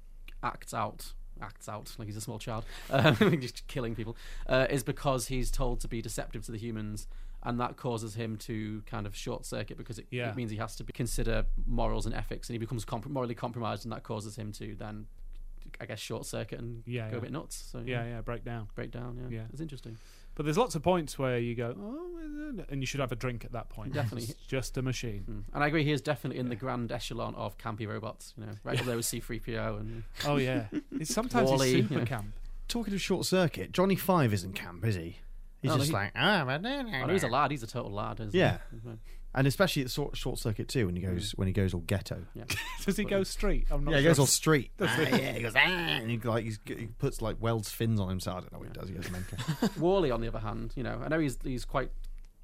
[SPEAKER 2] acts out, acts out like he's a small child, um, just killing people, uh, is because he's told to be deceptive to the humans, and that causes him to kind of short circuit because it,
[SPEAKER 4] Yeah.
[SPEAKER 2] it means he has to be, consider morals and ethics, and he becomes comp- morally compromised, and that causes him to then, I guess, short circuit and
[SPEAKER 4] Yeah,
[SPEAKER 2] go
[SPEAKER 4] yeah.
[SPEAKER 2] a bit nuts. So
[SPEAKER 4] Yeah, yeah, break down.
[SPEAKER 2] break down. Yeah.
[SPEAKER 4] Yeah.
[SPEAKER 2] it's interesting.
[SPEAKER 4] But there's lots of points where you go, oh, and you should have a drink at that point.
[SPEAKER 2] Definitely.
[SPEAKER 4] It's just a machine.
[SPEAKER 2] Mm. And I agree, he is definitely in the grand echelon of campy robots. You know, right up there with C-3PO and.
[SPEAKER 4] Oh yeah, it's sometimes
[SPEAKER 2] Wall-E,
[SPEAKER 4] it's super
[SPEAKER 2] yeah.
[SPEAKER 4] camp.
[SPEAKER 5] Talking of short circuit, Johnny Five isn't camp, is he? He's
[SPEAKER 2] No, no,
[SPEAKER 5] just
[SPEAKER 2] he-
[SPEAKER 5] like ah, but
[SPEAKER 2] Oh, no, he's Mm-hmm. a lad. He's a total lad. Isn't
[SPEAKER 5] Yeah.
[SPEAKER 2] He?
[SPEAKER 5] and especially at sort, short circuit too when he goes
[SPEAKER 2] Mm.
[SPEAKER 5] when he goes all ghetto.
[SPEAKER 4] Does he go street? I'm not.
[SPEAKER 5] Yeah, he
[SPEAKER 4] sure.
[SPEAKER 5] goes all street. Ah, yeah, he goes ah, and he like he's, he puts like Wells fins on himself. I don't know what he does. He goes mental.
[SPEAKER 2] Worley, on the other hand, you know, I know he's he's quite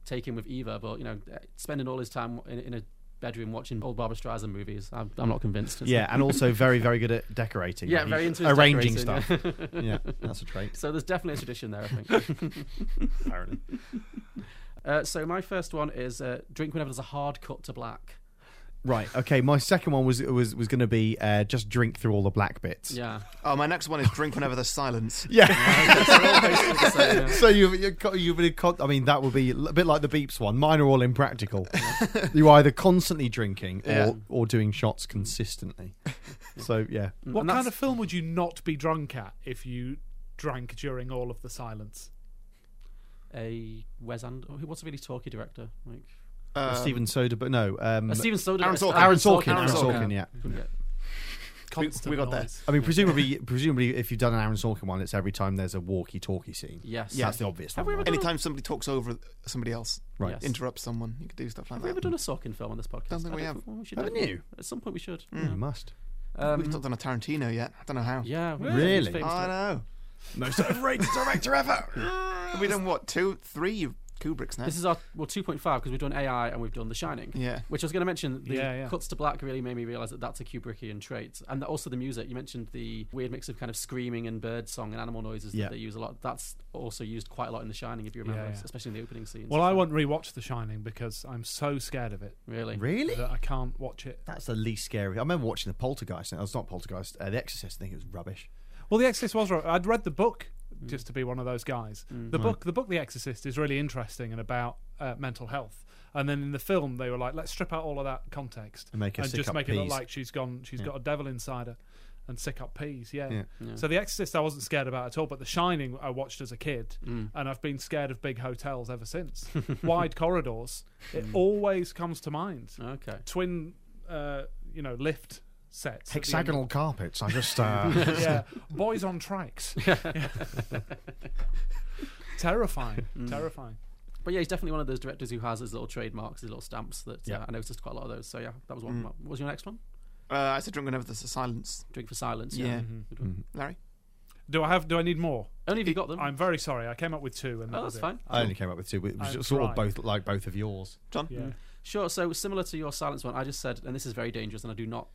[SPEAKER 2] taken with Eva, but you know, eh, spending all his time in, in a bedroom watching old Barbara Streisand movies, I'm, I'm not convinced. It's
[SPEAKER 5] yeah,
[SPEAKER 2] like-
[SPEAKER 5] and also very very good at decorating.
[SPEAKER 2] yeah,
[SPEAKER 5] Like,
[SPEAKER 2] very
[SPEAKER 5] he's
[SPEAKER 2] into his
[SPEAKER 5] arranging
[SPEAKER 2] decorating,
[SPEAKER 5] stuff.
[SPEAKER 2] yeah.
[SPEAKER 5] yeah, that's a trait.
[SPEAKER 2] so there's definitely a tradition there, I think.
[SPEAKER 5] Apparently,
[SPEAKER 2] uh, so my first one is uh, drink whenever there's a hard cut to black.
[SPEAKER 5] right. Okay, my second one was was was going to be uh, just drink through all the black bits.
[SPEAKER 2] Yeah.
[SPEAKER 1] Oh, my next one is drink whenever there's silence.
[SPEAKER 5] Yeah.
[SPEAKER 2] So, yeah.
[SPEAKER 5] so you you you've been con- I mean that would be a bit like the beeps one. Mine are all impractical. you are either constantly drinking or
[SPEAKER 1] Yeah.
[SPEAKER 5] or doing shots consistently. so yeah.
[SPEAKER 4] What
[SPEAKER 2] Mm, And
[SPEAKER 4] kind
[SPEAKER 2] that's-
[SPEAKER 4] of film would you not be drunk at if you drank during all of the silence?
[SPEAKER 2] A Wes Anderson. What's a really talky director? Like
[SPEAKER 1] Um,
[SPEAKER 5] Steven Soderbergh. No, um,
[SPEAKER 2] uh, Steven Soderbergh.
[SPEAKER 1] Aaron Sorkin.
[SPEAKER 5] Aaron Sorkin.
[SPEAKER 1] Aaron
[SPEAKER 5] Aaron Sorkin.
[SPEAKER 1] Sorkin.
[SPEAKER 5] Yeah.
[SPEAKER 2] Yeah.
[SPEAKER 4] Constant
[SPEAKER 1] we got there.
[SPEAKER 4] noise.
[SPEAKER 5] I mean, presumably, presumably, if you've done an Aaron Sorkin one, it's every time there's a walkie-talkie scene.
[SPEAKER 2] Yes.
[SPEAKER 5] that's the obvious
[SPEAKER 2] Have
[SPEAKER 5] one.
[SPEAKER 2] we ever
[SPEAKER 5] right?
[SPEAKER 2] done-
[SPEAKER 1] Anytime somebody talks over somebody else,
[SPEAKER 5] Right.
[SPEAKER 2] Yes.
[SPEAKER 1] interrupts someone, you could do stuff like
[SPEAKER 2] Have we
[SPEAKER 1] that.
[SPEAKER 2] ever done a Sorkin film on this podcast?
[SPEAKER 1] Don't think
[SPEAKER 2] I
[SPEAKER 1] we have. Hmm.
[SPEAKER 2] think should
[SPEAKER 5] Haven't
[SPEAKER 2] definitely-
[SPEAKER 5] you?
[SPEAKER 2] At some point, we should.
[SPEAKER 5] You must.
[SPEAKER 2] Yeah. Um,
[SPEAKER 1] We've not done a Tarantino yet. I don't know how.
[SPEAKER 2] Yeah, we-
[SPEAKER 5] Really?
[SPEAKER 2] it's famous
[SPEAKER 1] Oh, I know.
[SPEAKER 5] Most overrated director ever.
[SPEAKER 1] Have we done what? Two, three? You Kubrick's now.
[SPEAKER 2] This is our well 2.5 because we've done AI and we've done The Shining.
[SPEAKER 1] Yeah.
[SPEAKER 2] Which I was going to mention. The
[SPEAKER 4] Yeah, yeah.
[SPEAKER 2] cuts to black really made me realize that that's a Kubrickian trait, and that also the music. You mentioned the weird mix of kind of screaming and bird song and animal noises
[SPEAKER 5] Yeah.
[SPEAKER 2] that they use a lot. That's also used quite a lot in The Shining, if you remember,
[SPEAKER 4] Yeah, yeah.
[SPEAKER 2] especially in the opening scenes.
[SPEAKER 4] Well, I won't rewatch The Shining because I'm so scared of it
[SPEAKER 2] really.
[SPEAKER 5] Really?
[SPEAKER 4] that I can't watch it.
[SPEAKER 5] That's the least scary. I remember watching the Poltergeist. and It's not Poltergeist. Uh, the Exorcist. I think it was rubbish.
[SPEAKER 4] Well, The Exorcist was right. I'd read the book just to be one of those guys. The book, the book, The Exorcist, is really interesting and about uh, mental health. And then in the film, they were like, let's strip out all of that context
[SPEAKER 5] And make her sick
[SPEAKER 4] just
[SPEAKER 5] up
[SPEAKER 4] make it look
[SPEAKER 5] peas.
[SPEAKER 4] like she's gone. She's
[SPEAKER 5] Yeah.
[SPEAKER 4] got a devil inside her and sick up peas. Yeah.
[SPEAKER 5] Yeah.
[SPEAKER 4] So The Exorcist, I wasn't scared about at all. But The Shining, I watched as a kid,
[SPEAKER 2] Hmm,
[SPEAKER 4] and I've been scared of big hotels ever since. Wide corridors. It always comes to mind.
[SPEAKER 2] Okay.
[SPEAKER 4] Twin, uh, you know, lift sets. at the end of-
[SPEAKER 5] Hexagonal carpets. I just. Uh,
[SPEAKER 4] yeah, boys on trikes. terrifying,
[SPEAKER 5] Mm.
[SPEAKER 4] terrifying.
[SPEAKER 2] But yeah, he's definitely one of those directors who has his little trademarks, his little stamps that
[SPEAKER 5] Yeah.
[SPEAKER 2] uh, I noticed quite a lot of those. So yeah, that was
[SPEAKER 1] Hmm.
[SPEAKER 2] one. What was your next one?
[SPEAKER 1] Uh, I said drunk enough. There's a silence.
[SPEAKER 2] Drink for Silence.
[SPEAKER 1] Yeah. Mm-hmm.
[SPEAKER 2] Good one.
[SPEAKER 1] Larry.
[SPEAKER 4] Do I have? Do I need more?
[SPEAKER 2] Only if you got them.
[SPEAKER 4] I'm very sorry. I came up with two, and that
[SPEAKER 2] oh,
[SPEAKER 4] was
[SPEAKER 2] that's
[SPEAKER 4] it.
[SPEAKER 2] fine.
[SPEAKER 5] I only came up with two. It was
[SPEAKER 4] I'm
[SPEAKER 5] sort of
[SPEAKER 4] trying.
[SPEAKER 5] both like both of yours.
[SPEAKER 1] John.
[SPEAKER 4] Yeah.
[SPEAKER 5] Mm-hmm.
[SPEAKER 2] Sure. So similar to your silence one, I just said, and this is very dangerous, and I do not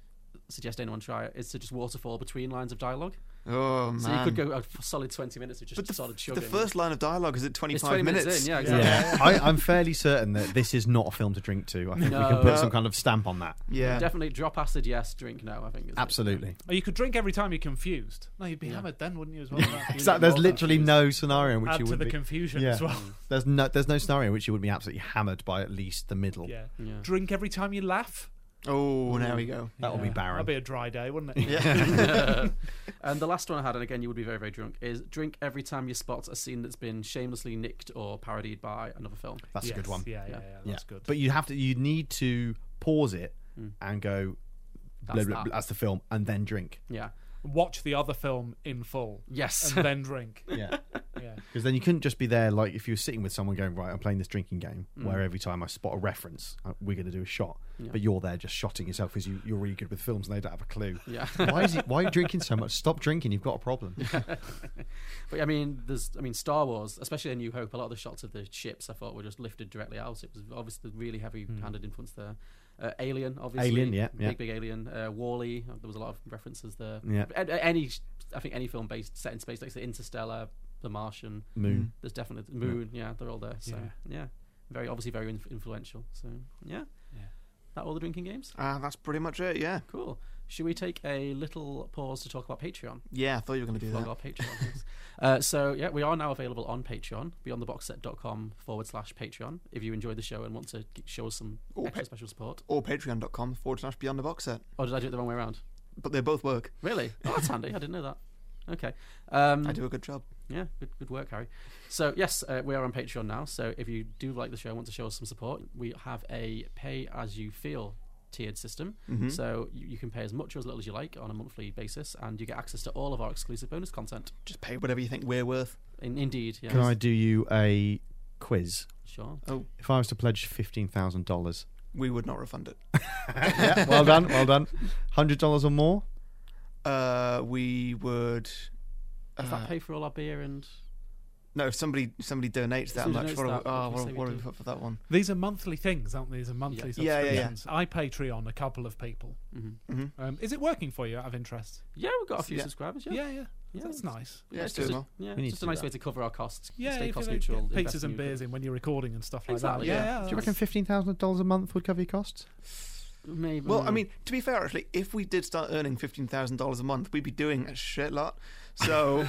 [SPEAKER 2] suggest anyone try it. Is to just waterfall between lines of dialogue.
[SPEAKER 1] Oh man.
[SPEAKER 2] So you could go a f- solid twenty minutes of just
[SPEAKER 1] But the,
[SPEAKER 2] solid
[SPEAKER 1] f-
[SPEAKER 2] chugging.
[SPEAKER 1] the first line of dialogue is at 25
[SPEAKER 2] it's twenty minutes. in. Yeah, exactly.
[SPEAKER 5] I, I'm fairly certain that this is not a film to drink to. I think we can
[SPEAKER 2] No.
[SPEAKER 5] put some kind of stamp on that.
[SPEAKER 1] Yeah.
[SPEAKER 2] Definitely drop acid. Yes, drink no. I think is it.
[SPEAKER 5] Absolutely.
[SPEAKER 4] Oh, you could drink every time you're confused. No, you'd be hammered then, wouldn't you? As well. You'd
[SPEAKER 5] Exactly. There's
[SPEAKER 4] more
[SPEAKER 5] literally
[SPEAKER 4] confused.
[SPEAKER 5] no scenario in which
[SPEAKER 4] Add
[SPEAKER 5] you
[SPEAKER 4] to
[SPEAKER 5] would
[SPEAKER 4] the
[SPEAKER 5] be.
[SPEAKER 4] confusion
[SPEAKER 5] Yeah.
[SPEAKER 4] as well.
[SPEAKER 5] There's no. There's no scenario in which you would be absolutely hammered by at least the middle.
[SPEAKER 4] Yeah.
[SPEAKER 2] Yeah.
[SPEAKER 4] Drink every time you laugh.
[SPEAKER 1] Oh, now we go.
[SPEAKER 5] That would be
[SPEAKER 4] Yeah.
[SPEAKER 5] barren.
[SPEAKER 4] That'd be a dry day, wouldn't it?
[SPEAKER 1] Yeah.
[SPEAKER 2] And the last one I had, and again you would be very very drunk, is drink every time you spot a scene that's been shamelessly nicked or parodied by another film.
[SPEAKER 5] That's a good
[SPEAKER 4] Yes.
[SPEAKER 5] one.
[SPEAKER 4] Yeah, yeah, yeah.
[SPEAKER 2] Yeah.
[SPEAKER 4] That's good. Hmm.
[SPEAKER 5] But you have to. You need to pause it and go. That's,
[SPEAKER 2] that.
[SPEAKER 5] that's the film, and then drink.
[SPEAKER 2] Yeah.
[SPEAKER 4] Watch the other film in full
[SPEAKER 2] Yes.
[SPEAKER 4] and then drink.
[SPEAKER 5] Yeah.
[SPEAKER 4] Yeah.
[SPEAKER 5] Because then you couldn't just be there like if you were sitting with someone going right, I'm playing this drinking game
[SPEAKER 2] Mm.
[SPEAKER 5] where every time I spot a reference, uh, we're going to do a shot. But you're there just shotting yourself because you, you're really good with films and they don't have a clue.
[SPEAKER 2] Yeah.
[SPEAKER 5] why is it? Why are you drinking so much? Stop drinking. You've got a problem.
[SPEAKER 2] But I mean, there's, I mean, Star Wars, especially in New Hope, a lot of the shots of the ships I thought were just lifted directly out. It was obviously really heavy-handed influence there. Uh, Alien, obviously,
[SPEAKER 5] Hmm. Alien, yeah,
[SPEAKER 2] big
[SPEAKER 5] yeah.
[SPEAKER 2] big Alien. Uh, Wally, there was a lot of references there.
[SPEAKER 5] Yeah.
[SPEAKER 2] A- a- any, I think any film based set in space, like say, Interstellar, The Martian,
[SPEAKER 5] Moon.
[SPEAKER 2] there's definitely the Moon.
[SPEAKER 5] Hmm.
[SPEAKER 2] Yeah, they're all there. So
[SPEAKER 4] Yeah.
[SPEAKER 2] yeah, very obviously very inf- influential. So yeah,
[SPEAKER 4] Yeah.
[SPEAKER 2] that all the drinking games.
[SPEAKER 1] Ah, that's pretty much it. Yeah.
[SPEAKER 2] Cool. Should we take a little pause to talk about Patreon?
[SPEAKER 1] Yeah. I thought you were going to do
[SPEAKER 2] plug
[SPEAKER 1] that.
[SPEAKER 2] our Patreon. yes. uh, so yeah, we are now available on Patreon, beyondtheboxset.com forward slash Patreon. If you enjoyed the show and want to g- show us some
[SPEAKER 1] Oh,
[SPEAKER 2] extra
[SPEAKER 1] pa-
[SPEAKER 2] special support,
[SPEAKER 1] Or patreon.com forward slash beyond the box set.
[SPEAKER 2] or did I do it the wrong way around?
[SPEAKER 1] But they both work.
[SPEAKER 2] Really? Oh, that's handy. I didn't know that. Okay. Um,
[SPEAKER 1] I do a good job.
[SPEAKER 2] Yeah, good, good work, Harry. So yes, uh, we are on Patreon now. So if you do like the show and want to show us some support, we have a pay as you feel tiered system.
[SPEAKER 1] Mm-hmm.
[SPEAKER 2] So you, you can pay as much or as little as you like on a monthly basis, and you get access to all of our exclusive bonus content.
[SPEAKER 1] Just pay whatever you think we're worth.
[SPEAKER 2] In, indeed, Mm. yes.
[SPEAKER 5] Can I do you a quiz?
[SPEAKER 2] Sure.
[SPEAKER 5] If I was to pledge fifteen thousand dollars,
[SPEAKER 1] We would not refund it.
[SPEAKER 5] yeah, well done, well done. Hundred dollars or more,
[SPEAKER 1] Uh, we would. uh,
[SPEAKER 2] Does that pay for all our beer and
[SPEAKER 1] No, if somebody somebody donates that
[SPEAKER 2] Somebody
[SPEAKER 1] much,
[SPEAKER 2] donates
[SPEAKER 1] what,
[SPEAKER 2] that,
[SPEAKER 1] are we,
[SPEAKER 2] we
[SPEAKER 1] oh,
[SPEAKER 2] say
[SPEAKER 1] what,
[SPEAKER 2] we
[SPEAKER 1] what are
[SPEAKER 2] do.
[SPEAKER 1] we put for that one?
[SPEAKER 4] These are monthly things, aren't they? These are monthly
[SPEAKER 1] Yeah, yeah, yeah.
[SPEAKER 4] subscriptions. I Patreon a couple of people.
[SPEAKER 1] Mm-hmm.
[SPEAKER 2] Mm.
[SPEAKER 4] Um, is it working for you out of interest?
[SPEAKER 2] mm-hmm. Yeah, we've got a few
[SPEAKER 1] Yeah.
[SPEAKER 2] subscribers. Yeah,
[SPEAKER 4] Yeah, yeah.
[SPEAKER 2] Yeah,
[SPEAKER 4] That's nice.
[SPEAKER 1] Yeah, it's
[SPEAKER 2] It's just a,
[SPEAKER 1] doable.
[SPEAKER 2] yeah,
[SPEAKER 5] We need
[SPEAKER 2] just
[SPEAKER 5] to
[SPEAKER 2] a
[SPEAKER 5] do
[SPEAKER 2] nice
[SPEAKER 5] that.
[SPEAKER 2] way to cover our costs.
[SPEAKER 4] Yeah,
[SPEAKER 2] stay
[SPEAKER 4] if you
[SPEAKER 2] cost
[SPEAKER 4] like,
[SPEAKER 2] neutral.
[SPEAKER 4] get
[SPEAKER 2] invest
[SPEAKER 4] pizzas
[SPEAKER 2] in
[SPEAKER 4] and
[SPEAKER 2] new
[SPEAKER 4] beers
[SPEAKER 2] equipment.
[SPEAKER 4] in when you're recording and stuff like
[SPEAKER 2] Exactly,
[SPEAKER 4] that.
[SPEAKER 2] yeah.
[SPEAKER 4] Yeah,
[SPEAKER 5] do you reckon fifteen thousand dollars a month would cover your costs?
[SPEAKER 2] Maybe.
[SPEAKER 1] Well, I mean, to be fair, actually, if we did start earning fifteen thousand dollars a month, we'd be doing a shit lot. So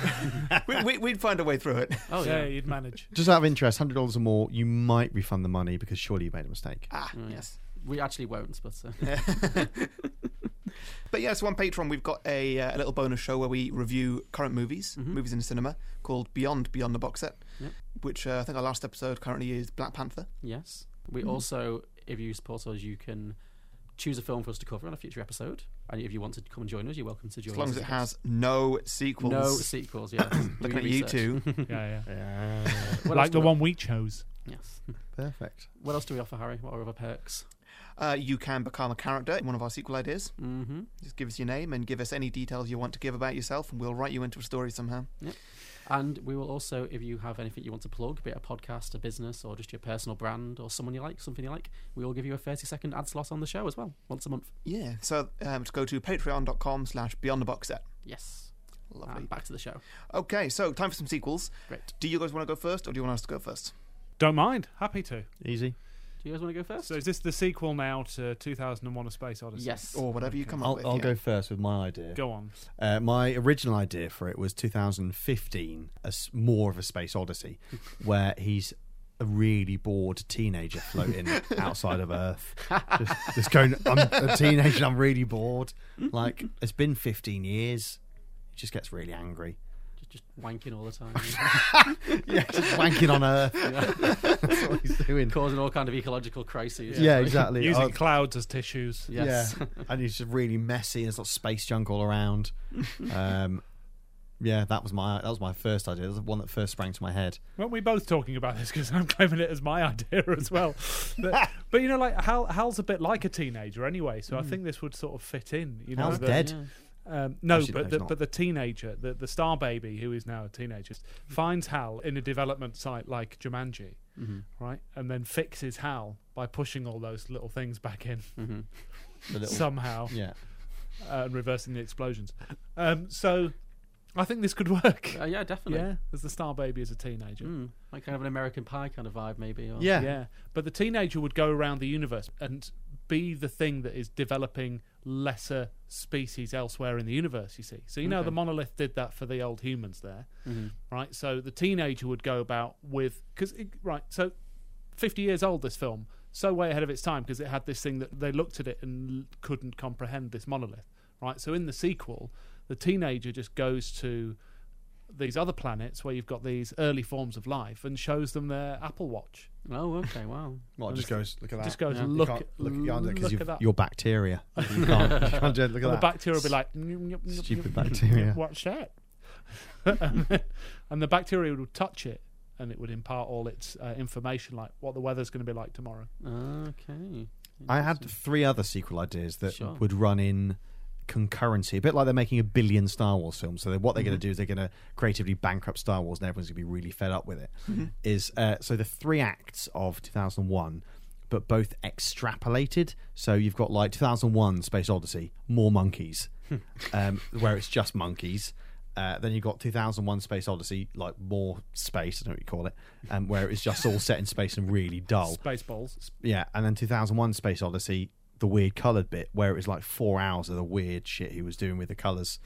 [SPEAKER 1] we, we, we'd find a way through it.
[SPEAKER 2] oh
[SPEAKER 4] yeah,
[SPEAKER 2] yeah,
[SPEAKER 4] you'd manage.
[SPEAKER 5] Just out of interest, hundred dollars or more, you might refund the money because surely you made a mistake.
[SPEAKER 1] Ah,
[SPEAKER 2] Oh, yeah.
[SPEAKER 1] yes.
[SPEAKER 2] we actually won't. But uh,
[SPEAKER 1] But yes, on Patreon, we've got a, uh, a little bonus show where we review current movies, movies in the cinema, called Beyond Beyond the Box Set,
[SPEAKER 2] Mm-hmm. Yep.
[SPEAKER 1] which uh, I think our last episode currently is Black Panther.
[SPEAKER 2] yes, we
[SPEAKER 4] Mm-hmm.
[SPEAKER 2] also, if you support us, you can choose a film for us to cover on a future episode. And if you want to come and join us, you're welcome to join.
[SPEAKER 1] As long
[SPEAKER 2] us
[SPEAKER 1] as it
[SPEAKER 2] a
[SPEAKER 1] has no
[SPEAKER 2] guest.
[SPEAKER 1] sequels.
[SPEAKER 2] no sequels. Yeah,
[SPEAKER 1] Looking at you two.
[SPEAKER 4] Yeah, yeah.
[SPEAKER 5] Yeah.
[SPEAKER 2] What else
[SPEAKER 4] like
[SPEAKER 2] do
[SPEAKER 4] the
[SPEAKER 2] we-
[SPEAKER 4] one we chose.
[SPEAKER 2] Yes.
[SPEAKER 5] Perfect.
[SPEAKER 2] What else do we offer, Harry? What are other perks?
[SPEAKER 1] Uh, you can become a character in one of our sequel ideas.
[SPEAKER 2] Mm-hmm.
[SPEAKER 1] Just give us your name and give us any details you want to give about yourself, and we'll write you into a story somehow.
[SPEAKER 2] And we will also, if you have anything you want to plug, be it a podcast, a business, or just your personal brand, or someone you like, something you like, we will give you a 30 second ad slot on the show as well, once a month.
[SPEAKER 1] Yeah. So um, to go to patreon.com slash beyond the box set.
[SPEAKER 2] Yes.
[SPEAKER 1] Lovely.
[SPEAKER 2] And back to the show.
[SPEAKER 5] Ah.
[SPEAKER 1] Okay, so time for some sequels.
[SPEAKER 2] Great.
[SPEAKER 1] Do you guys want to go first, or do you want us to go first?
[SPEAKER 4] Don't mind. Happy to.
[SPEAKER 5] Easy.
[SPEAKER 2] Do you guys want to go first?
[SPEAKER 4] So is this the sequel now to 2001: A Space Odyssey?
[SPEAKER 2] yes.
[SPEAKER 1] Or whatever you come up
[SPEAKER 5] I'll,
[SPEAKER 1] with.
[SPEAKER 5] I'll
[SPEAKER 1] yeah.
[SPEAKER 5] go first with my idea.
[SPEAKER 4] Go on.
[SPEAKER 5] Uh, my original idea for it was 2015, a s more of a space odyssey, where he's a really bored teenager floating outside of Earth, just, just going, "I'm a teenager, I'm really bored." Like it's been 15 years, he just gets really angry.
[SPEAKER 2] Just, just wanking all the time.
[SPEAKER 5] Yeah, just wanking on Earth. That's what he's doing.
[SPEAKER 2] causing all kind of ecological crises.
[SPEAKER 5] Yeah, exactly.
[SPEAKER 4] Using
[SPEAKER 5] Oh,
[SPEAKER 4] clouds as tissues.
[SPEAKER 2] Yes.
[SPEAKER 5] Yeah, and it's just really messy. There's lots of space junk all around. Um, yeah, that was my that was my first idea. That was the one that first sprang to my head.
[SPEAKER 4] Weren't we both talking about this? Because I'm claiming it as my idea as well. But, but you know, like Hal, Hal's a bit like a teenager anyway, so I think this would sort of fit in. You know,
[SPEAKER 5] Hmm. Hal's
[SPEAKER 4] the-
[SPEAKER 5] dead.
[SPEAKER 4] Um, no,
[SPEAKER 5] Actually, no,
[SPEAKER 4] but
[SPEAKER 5] he's
[SPEAKER 4] the,
[SPEAKER 5] not.
[SPEAKER 4] but the teenager, the, the star baby who is now a teenager,
[SPEAKER 5] Hmm.
[SPEAKER 4] finds Hal in a development site like Jumanji,
[SPEAKER 5] Mm-hmm.
[SPEAKER 4] right? And then fixes Hal by pushing all those little things back in
[SPEAKER 5] The little-
[SPEAKER 4] somehow
[SPEAKER 5] yeah,
[SPEAKER 4] uh, and reversing the explosions. Um, so I think this could work.
[SPEAKER 2] Uh, yeah, definitely.
[SPEAKER 4] yeah, there's the star baby as a teenager.
[SPEAKER 5] Hmm.
[SPEAKER 2] Mm, like kind of an American Pie kind of vibe, maybe. Or,
[SPEAKER 5] yeah,
[SPEAKER 4] Yeah, but the teenager would go around the universe and be the thing that is developing lesser species elsewhere in the universe. You see, so you know the monolith did that for the old humans there, right? So the teenager would go about with because right, so fifty years old this film, so way ahead of its time because it had this thing that they looked at it and l- couldn't comprehend this monolith, right? So in the sequel, the teenager just goes to these other planets where you've got these early forms of life and shows them their Apple Watch.
[SPEAKER 2] Oh, okay. Wow.
[SPEAKER 5] Well, just goes look at that.
[SPEAKER 4] Just goes
[SPEAKER 2] Yeah. You
[SPEAKER 4] look,
[SPEAKER 5] You
[SPEAKER 4] at
[SPEAKER 5] can't look at your under
[SPEAKER 4] look
[SPEAKER 5] because
[SPEAKER 4] at that.
[SPEAKER 5] you're bacteria. You can't, you can't do it. look
[SPEAKER 4] and
[SPEAKER 5] at
[SPEAKER 4] the
[SPEAKER 5] that.
[SPEAKER 4] bacteria will be like, "Nyum, nyum, nyum,
[SPEAKER 5] stupid
[SPEAKER 4] nyum, nyum,
[SPEAKER 5] bacteria.
[SPEAKER 4] What's that? and the bacteria would touch it, and it would impart all its uh, information, like what the weather's going to be like tomorrow.
[SPEAKER 2] Okay.
[SPEAKER 5] I had three other sequel ideas that
[SPEAKER 2] Sure.
[SPEAKER 5] would run in concurrency, a bit like they're making a billion Star Wars films. So they- what they're going to do is they're going to creatively bankrupt Star Wars, and everyone's going to be really fed up with it. Is uh, so the three acts of 2001, but both extrapolated. So you've got like 2001: Space Odyssey, more monkeys, um, where it's just monkeys. Uh, then you've got 2001 Space Odyssey, like more space, I don't know what you call it, um, where it's just all set in space and really dull.
[SPEAKER 4] Spaceballs.
[SPEAKER 5] Yeah, and then 2001 Space Odyssey, the weird coloured bit, where it was like four hours of the weird shit he was doing with the colours.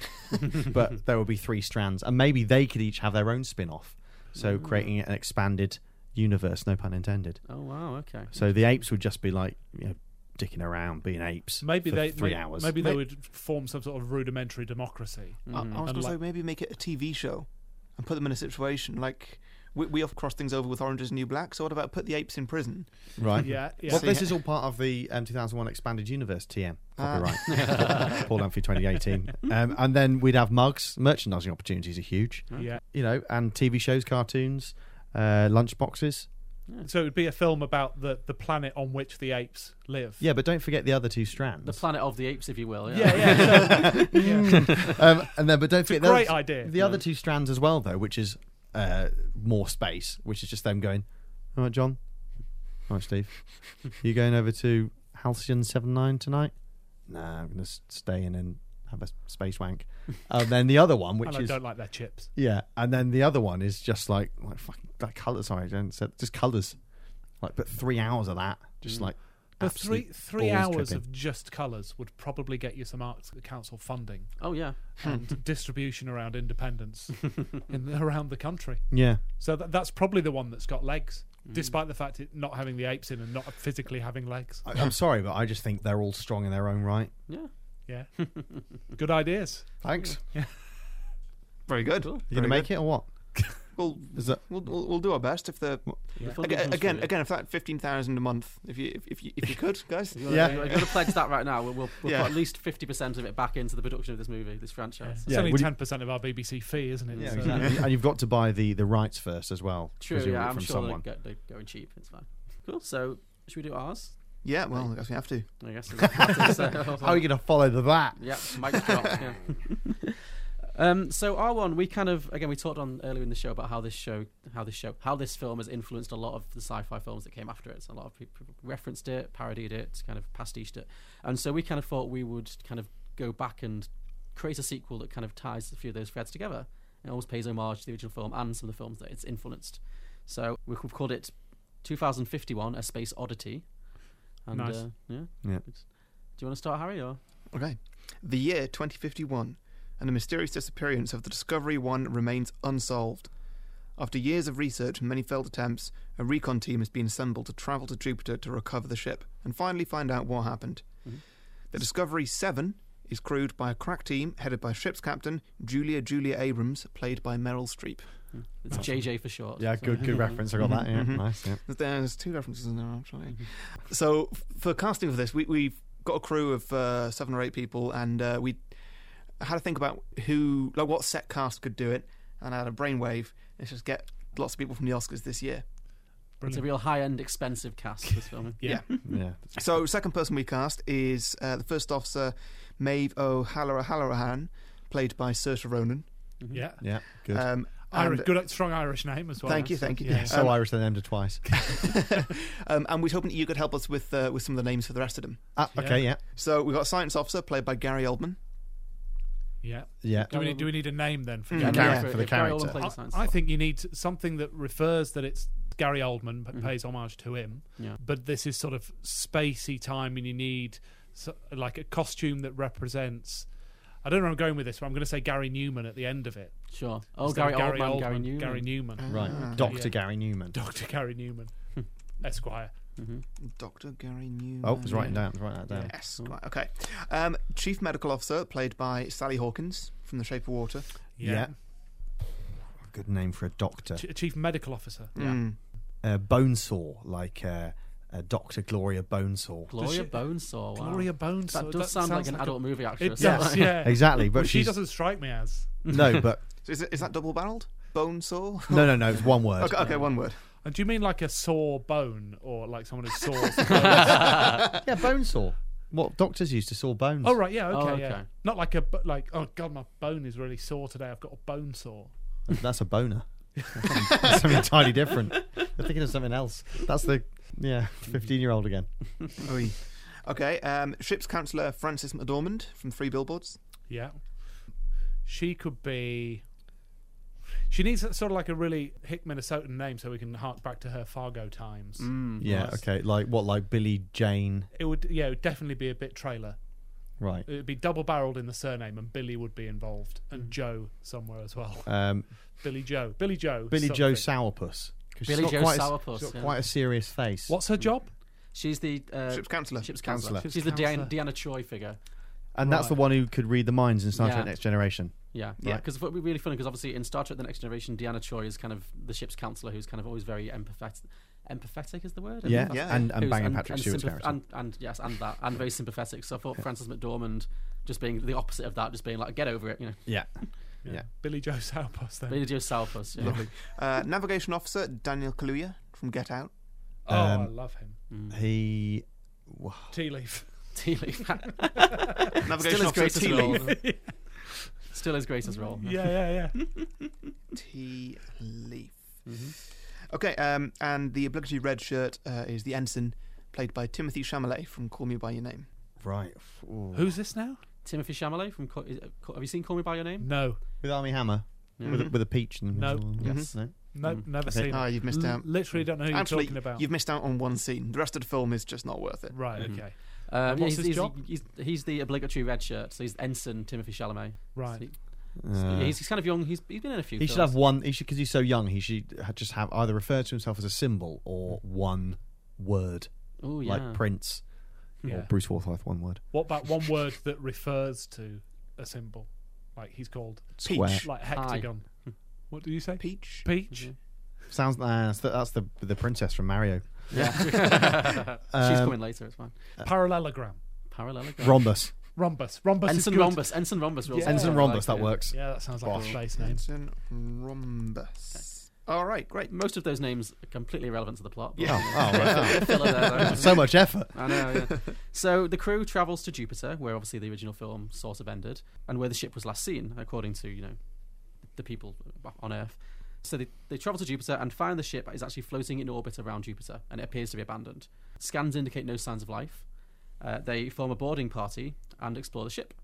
[SPEAKER 5] but there will be three strands, and maybe they could each have their own spin off. So
[SPEAKER 4] Mm.
[SPEAKER 5] creating an expanded universe, no pun intended.
[SPEAKER 2] Oh, wow. Okay.
[SPEAKER 5] So the apes would just be like, you know, dicking around, being apes.
[SPEAKER 4] Maybe
[SPEAKER 5] for
[SPEAKER 4] they
[SPEAKER 5] three
[SPEAKER 4] may-
[SPEAKER 5] hours.
[SPEAKER 4] Maybe they
[SPEAKER 1] May-
[SPEAKER 4] would form some sort of rudimentary democracy.
[SPEAKER 2] Hmm.
[SPEAKER 1] I,
[SPEAKER 5] Mm,
[SPEAKER 1] I was going to
[SPEAKER 4] like-
[SPEAKER 1] say maybe make it a TV show and put them in a situation like we, we have crossed things over with Orange is the New Black. So what about put the apes in prison?
[SPEAKER 5] right?
[SPEAKER 4] Yeah, yeah.
[SPEAKER 5] Well,
[SPEAKER 1] See,
[SPEAKER 5] this
[SPEAKER 1] yeah.
[SPEAKER 5] is all part of the um, 2001 expanded universe TM
[SPEAKER 4] Ah.
[SPEAKER 5] copyright. Uh. Paul Dunphy 2018, um, and then we'd have mugs. Merchandising opportunities are huge.
[SPEAKER 4] Yeah.
[SPEAKER 5] you know, and TV shows, cartoons, uh, lunchboxes.
[SPEAKER 4] So it would be a film about the, the planet on which the apes live.
[SPEAKER 5] Yeah, but don't forget the other two strands.
[SPEAKER 2] The Planet of the Apes, if you will.
[SPEAKER 4] yeah, yeah. so- yeah.
[SPEAKER 5] um, and then, but don't forget the
[SPEAKER 4] great
[SPEAKER 5] other,
[SPEAKER 4] idea.
[SPEAKER 5] The other two strands as well, though, which is uh, more space, which is just them going. All right, John. All right, Steve. you going over to Halcyon Seven Nine tonight? Nah, I'm going to stay in and have a space wank. and then the other one, which
[SPEAKER 4] And I
[SPEAKER 5] is
[SPEAKER 4] don't like their chips.
[SPEAKER 5] Yeah, and then the other one is just like like fucking that colour. Sorry, I didn't say just colours. Like, but three hours of that, just like
[SPEAKER 4] Mm. But three
[SPEAKER 5] absolute
[SPEAKER 4] three
[SPEAKER 5] balls
[SPEAKER 4] hours
[SPEAKER 5] tripping.
[SPEAKER 4] of just colours would probably get you some arts council funding
[SPEAKER 2] Oh, yeah.
[SPEAKER 4] and distribution around independence in around the country.
[SPEAKER 5] yeah.
[SPEAKER 4] So tha that's probably the one that's got legs,
[SPEAKER 5] Mm.
[SPEAKER 4] despite the fact it not having the apes in and not physically having legs.
[SPEAKER 5] I, I'm sorry, but I just think they're all strong in their own right.
[SPEAKER 2] Yeah.
[SPEAKER 4] Yeah, good ideas.
[SPEAKER 5] Thanks.
[SPEAKER 1] Very good.
[SPEAKER 5] You gonna make it or what?
[SPEAKER 1] We'll,
[SPEAKER 5] Is that
[SPEAKER 1] we'll we'll we'll do our best if the
[SPEAKER 2] Funding
[SPEAKER 1] again
[SPEAKER 2] comes
[SPEAKER 1] again,
[SPEAKER 2] through.
[SPEAKER 1] again if that fifteen thousand a month if you if, if you if you could guys
[SPEAKER 2] If you wanna-
[SPEAKER 5] Yeah.
[SPEAKER 2] if you want to pledge that right now, we'll, we'll, we'll
[SPEAKER 1] Yeah.
[SPEAKER 2] put at least 50% of it back into the production of this movie, this franchise.
[SPEAKER 4] It's
[SPEAKER 5] Yeah,
[SPEAKER 4] only
[SPEAKER 5] would you-
[SPEAKER 4] ten percent of our BBC fee, isn't it?
[SPEAKER 5] yeah,
[SPEAKER 4] So-
[SPEAKER 5] exactly. and you've got to buy the the rights first as well.
[SPEAKER 2] True,
[SPEAKER 5] presumably
[SPEAKER 2] yeah, I'm
[SPEAKER 5] from
[SPEAKER 2] sure
[SPEAKER 5] someone.
[SPEAKER 2] they're, go, they're going cheap. It's fine. Cool. So, should we do ours?
[SPEAKER 1] Yeah, well, I guess we have to.
[SPEAKER 2] I guess. How
[SPEAKER 5] How are you going to follow the that?
[SPEAKER 2] Yeah, mic drop. yeah. Um, so R1, we kind of again we talked on earlier in the show about how this show, how this show, how this film has influenced a lot of the sci-fi films that came after it. So a lot of people referenced it, parodied it, kind of pastiched it, and so we kind of thought we would kind of go back and create a sequel that kind of ties a few of those threads together and almost pays homage to the original film and some of the films that it's influenced. So we've called it 2051: A Space Oddity. And,
[SPEAKER 4] Nice.
[SPEAKER 2] Uh, yeah.
[SPEAKER 5] Yeah.
[SPEAKER 2] Do you want to start, Harry? Or
[SPEAKER 1] Okay. The year 2051, and the mysterious disappearance of the Discovery 1 remains unsolved. After years of research and many failed attempts, a recon team has been assembled to travel to Jupiter to recover the ship and finally find out what happened. The Discovery 7 is crewed by a crack team headed by ship's captain Julia Julia Abrams, played by Meryl Streep.
[SPEAKER 2] it's JJ for short.
[SPEAKER 5] Yeah,
[SPEAKER 2] so-
[SPEAKER 5] good good reference. I got that. Yeah, nice. Yeah.
[SPEAKER 1] There's two references in there actually. So f- for casting for this, we, we've got a crew of uh, seven or eight people, and uh, we had to think about who, like, what set cast could do it. And I had a brainwave. Let's just get lots of people from the Oscars this year.
[SPEAKER 2] It's a real high-end, expensive cast. This film.
[SPEAKER 4] Yeah.
[SPEAKER 5] yeah.
[SPEAKER 1] So second person we cast is uh, the first officer, Maeve O'Halloran, played by Saoirse Ronan.
[SPEAKER 4] Yeah.
[SPEAKER 5] Yeah, good.
[SPEAKER 1] Um,
[SPEAKER 4] Irish,
[SPEAKER 1] and-
[SPEAKER 4] good, strong Irish name as well.
[SPEAKER 1] Thank you,
[SPEAKER 4] That's-
[SPEAKER 1] thank you.
[SPEAKER 4] Yeah.
[SPEAKER 5] so Irish they named her twice.
[SPEAKER 1] um, and we're hoping you could help us with uh, with some of the names for the rest of them.
[SPEAKER 5] Ah, okay, yeah,
[SPEAKER 1] So we've got a science officer played by Gary Oldman.
[SPEAKER 4] yeah.
[SPEAKER 5] yeah.
[SPEAKER 4] Do we, need, do we need a name then for
[SPEAKER 1] Mm.
[SPEAKER 4] Gary?
[SPEAKER 5] Yeah. Character, for the
[SPEAKER 2] if Gary
[SPEAKER 5] character.
[SPEAKER 2] Oldman plays
[SPEAKER 4] I,
[SPEAKER 2] science
[SPEAKER 4] I
[SPEAKER 2] stuff.
[SPEAKER 4] think you need something that refers that it's Gary Oldman but pays homage to him.
[SPEAKER 2] Mm-hmm. Yeah.
[SPEAKER 4] But this is sort of spacey time, and you need so, like a costume that represents. I don't know where I'm going with this, but I'm going to say Gary Newman at the end of it.
[SPEAKER 2] Sure. Oh,
[SPEAKER 4] Instead
[SPEAKER 2] Gary,
[SPEAKER 4] of
[SPEAKER 2] Oldman, Gary Newman.
[SPEAKER 4] Gary Newman,
[SPEAKER 5] Right,
[SPEAKER 1] Ah.
[SPEAKER 5] Doctor
[SPEAKER 4] Yeah.
[SPEAKER 5] Gary Newman.
[SPEAKER 4] Doctor Gary Newman, Esquire.
[SPEAKER 2] Mm-hmm.
[SPEAKER 1] Dr. Gary Newman.
[SPEAKER 5] Oh, I was writing down. I was writing that down.
[SPEAKER 1] Yes, right, okay. Um, Chief Medical Officer, played by Sally Hawkins from The Shape of Water.
[SPEAKER 5] Yeah. Good name for a doctor.
[SPEAKER 4] Ch- Chief Medical Officer.
[SPEAKER 1] Mm.
[SPEAKER 5] Uh, bonesaw, like uh, uh, Doctor Gloria Bonesaw.
[SPEAKER 2] Gloria
[SPEAKER 4] Does she-
[SPEAKER 2] Bonesaw. Wow.
[SPEAKER 4] Gloria Bones.
[SPEAKER 2] That does sound like an adult movie
[SPEAKER 4] It
[SPEAKER 2] actress.
[SPEAKER 4] does, yeah.
[SPEAKER 5] Exactly, but
[SPEAKER 4] But she
[SPEAKER 5] she's-
[SPEAKER 4] doesn't strike me as.
[SPEAKER 5] no, but
[SPEAKER 1] So is, it, is that double barreled? Bone saw?
[SPEAKER 5] no, no, no. It's one word.
[SPEAKER 1] Okay, okay, one word.
[SPEAKER 4] And do you mean like a sore bone or like someone who saws?
[SPEAKER 5] Yeah, bonesaw. What doctors used to saw bones.
[SPEAKER 4] oh right, yeah,
[SPEAKER 2] Oh,
[SPEAKER 4] okay, yeah.
[SPEAKER 2] okay.
[SPEAKER 4] Not like a bu- like. Oh god, my bone is really sore today. I've got a bone sore.
[SPEAKER 5] That's a boner. That's something entirely different. I'm thinking of something else. That's the yeah, fifteen-year-old again.
[SPEAKER 1] Oi. Okay, um, ship's counsellor Francis McDormand from Three Billboards.
[SPEAKER 4] Yeah. She could be. She needs sort of like a really hick Minnesotan name so we can hark back to her Fargo times.
[SPEAKER 5] Yeah,
[SPEAKER 4] Mm-hmm. Nice.
[SPEAKER 5] okay. Like what? Like Billy Jane.
[SPEAKER 4] It would, yeah, it would definitely be a bit trailer.
[SPEAKER 5] Right.
[SPEAKER 4] It would be double barreled in the surname, and Billy would be involved, and
[SPEAKER 5] Mm.
[SPEAKER 4] Joe somewhere as well.
[SPEAKER 5] Um,
[SPEAKER 4] Billy Joe, Billy Joe,
[SPEAKER 5] Billy
[SPEAKER 4] something.
[SPEAKER 5] Joe Sourpuss. 'Cause she's
[SPEAKER 2] Billy
[SPEAKER 5] got
[SPEAKER 2] Joe
[SPEAKER 5] quite a-
[SPEAKER 2] Sourpuss,
[SPEAKER 5] she's got
[SPEAKER 2] yeah.
[SPEAKER 5] quite a serious face.
[SPEAKER 4] What's her job?
[SPEAKER 2] She's the uh,
[SPEAKER 1] Ship's counsellor.
[SPEAKER 2] ship's counselor.
[SPEAKER 5] Counselor.
[SPEAKER 4] Ship's
[SPEAKER 2] She's the
[SPEAKER 4] counselor.
[SPEAKER 2] Deanna, Deanna Troy figure.
[SPEAKER 5] And that's the one who could read the minds in Star Trek
[SPEAKER 2] Yeah.
[SPEAKER 5] Next Generation.
[SPEAKER 2] Yeah, yeah.
[SPEAKER 1] Right.
[SPEAKER 2] Because it would be really funny because obviously in Star Trek: The Next Generation, Deanna Troy is kind of the ship's counselor who's kind of always very empathetic. Empathetic is the word.
[SPEAKER 5] Yeah,
[SPEAKER 2] Empathetic?
[SPEAKER 1] Yeah.
[SPEAKER 5] and, and
[SPEAKER 2] Who's-
[SPEAKER 5] banging Patrick Stewart's
[SPEAKER 2] sympath-
[SPEAKER 5] character.
[SPEAKER 2] And, and yes, and that, and very sympathetic. So I thought Frances McDormand just being the opposite of that, just being like, get over it, you know.
[SPEAKER 5] yeah,
[SPEAKER 4] Billy Joe Sourpuss. Then
[SPEAKER 2] Billy Joe Salfus. Yeah.
[SPEAKER 1] Lovely. Uh, navigation officer Daniel Kaluuya from Get Out.
[SPEAKER 4] oh, I
[SPEAKER 5] Um,
[SPEAKER 4] love him.
[SPEAKER 5] he
[SPEAKER 4] Tea leaf.
[SPEAKER 2] Tea leaf.
[SPEAKER 1] Navigation
[SPEAKER 2] Still his
[SPEAKER 1] officer
[SPEAKER 2] greatest
[SPEAKER 1] T
[SPEAKER 2] role.
[SPEAKER 1] Leaf.
[SPEAKER 2] Still his greatest role.
[SPEAKER 4] Yeah, yeah, yeah.
[SPEAKER 1] T Leaf.
[SPEAKER 2] Mm-hmm.
[SPEAKER 1] Okay, um, and the obligatory red shirt uh, is the ensign, played by Timothy Chalamet from Call Me by Your Name.
[SPEAKER 5] right Ooh.
[SPEAKER 4] Who's this now?
[SPEAKER 2] Timothy Chalamet from. Ca- is- uh, Ca- Have you seen Call Me by Your Name? Um,
[SPEAKER 4] No,
[SPEAKER 5] with Army Hammer Mm-hmm. with, a,
[SPEAKER 2] Mm-hmm.
[SPEAKER 5] with a peach and
[SPEAKER 4] No.
[SPEAKER 5] yes no
[SPEAKER 4] no, never
[SPEAKER 5] Mm. Okay.
[SPEAKER 4] seen.
[SPEAKER 1] Ah,
[SPEAKER 4] it.
[SPEAKER 1] you've missed
[SPEAKER 4] L-
[SPEAKER 1] out.
[SPEAKER 4] Literally, don't know who
[SPEAKER 1] Actually,
[SPEAKER 4] you're talking about.
[SPEAKER 1] you've missed out on one scene. The rest of the film is just not worth it.
[SPEAKER 4] Right. Okay.
[SPEAKER 2] Um,
[SPEAKER 4] what's
[SPEAKER 2] he's,
[SPEAKER 4] his
[SPEAKER 2] he's,
[SPEAKER 4] job?
[SPEAKER 2] He's, he's the obligatory red shirt, so he's ensign Timothy Chalamet. So
[SPEAKER 4] Right.
[SPEAKER 2] he- so he's, he's kind of young. He's, he's been in a few.
[SPEAKER 5] Uh. he should
[SPEAKER 2] films.
[SPEAKER 5] have one he should because he's so young he should ha- just have either refer to himself as a symbol or one word
[SPEAKER 2] Oh yeah.
[SPEAKER 5] like Prince or
[SPEAKER 2] Mm-hmm.
[SPEAKER 4] Yeah.
[SPEAKER 5] Bruce Forsyth one word
[SPEAKER 4] What about one word that refers to a symbol? Like he's called
[SPEAKER 5] square
[SPEAKER 4] like hectagon. What do you say?
[SPEAKER 1] Peach.
[SPEAKER 4] Peach.
[SPEAKER 2] Mm-hmm.
[SPEAKER 5] sounds nah, that's the, that's the the princess from Mario Um,
[SPEAKER 2] She's coming later. It's fine.
[SPEAKER 4] Uh, Parallelogram.
[SPEAKER 2] Parallelogram.
[SPEAKER 5] rhombus
[SPEAKER 4] Rumbus. Rhombus.
[SPEAKER 2] Ensign
[SPEAKER 4] is good.
[SPEAKER 2] Rhombus. Ensign Rhombus. Rules.
[SPEAKER 5] ensign
[SPEAKER 2] I
[SPEAKER 5] rhombus
[SPEAKER 2] like
[SPEAKER 5] that works
[SPEAKER 4] Yeah, that sounds like a
[SPEAKER 5] Bosh.
[SPEAKER 4] space name.
[SPEAKER 1] Ensign Rhombus. All right, great.
[SPEAKER 2] Most of those names are completely irrelevant to the plot. but-
[SPEAKER 1] Yeah.
[SPEAKER 5] Oh, right.
[SPEAKER 2] Filler there,
[SPEAKER 5] oh.
[SPEAKER 2] though.
[SPEAKER 5] so much effort.
[SPEAKER 2] I know. Yeah. so the crew travels to Jupiter, where obviously the original film sort of ended, and where the ship was last seen, according to you know the people on Earth. So they, they travel to Jupiter and find the ship is actually floating in orbit around Jupiter, and it appears to be abandoned. Scans indicate no signs of life. Uh, they form a boarding party and explore the ship.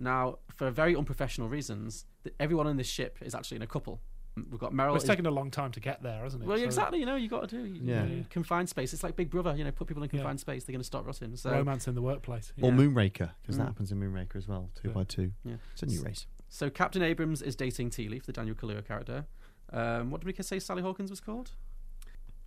[SPEAKER 2] Now, for very unprofessional reasons, th everyone in this ship is actually in a couple. We've got Meryl.
[SPEAKER 4] It's
[SPEAKER 2] is-
[SPEAKER 4] taken a long time to get there, hasn't it?
[SPEAKER 2] well,
[SPEAKER 4] So
[SPEAKER 2] exactly. You know, you got to do.
[SPEAKER 5] Yeah.
[SPEAKER 2] yeah. Confined space. It's like Big Brother. You know, put people in
[SPEAKER 4] Yeah.
[SPEAKER 2] confined space, they're going to start rotting. So
[SPEAKER 4] Romance in the workplace.
[SPEAKER 5] Or
[SPEAKER 2] Yeah.
[SPEAKER 5] Moonraker, because that
[SPEAKER 2] Mm.
[SPEAKER 5] happens in Moonraker as well, two
[SPEAKER 4] Yeah.
[SPEAKER 5] by two.
[SPEAKER 2] Yeah.
[SPEAKER 5] It's a new race.
[SPEAKER 2] So Captain Abrams is dating Tea Leaf, the Daniel Kaluuya character. Um, what did we say Sally Hawkins was called?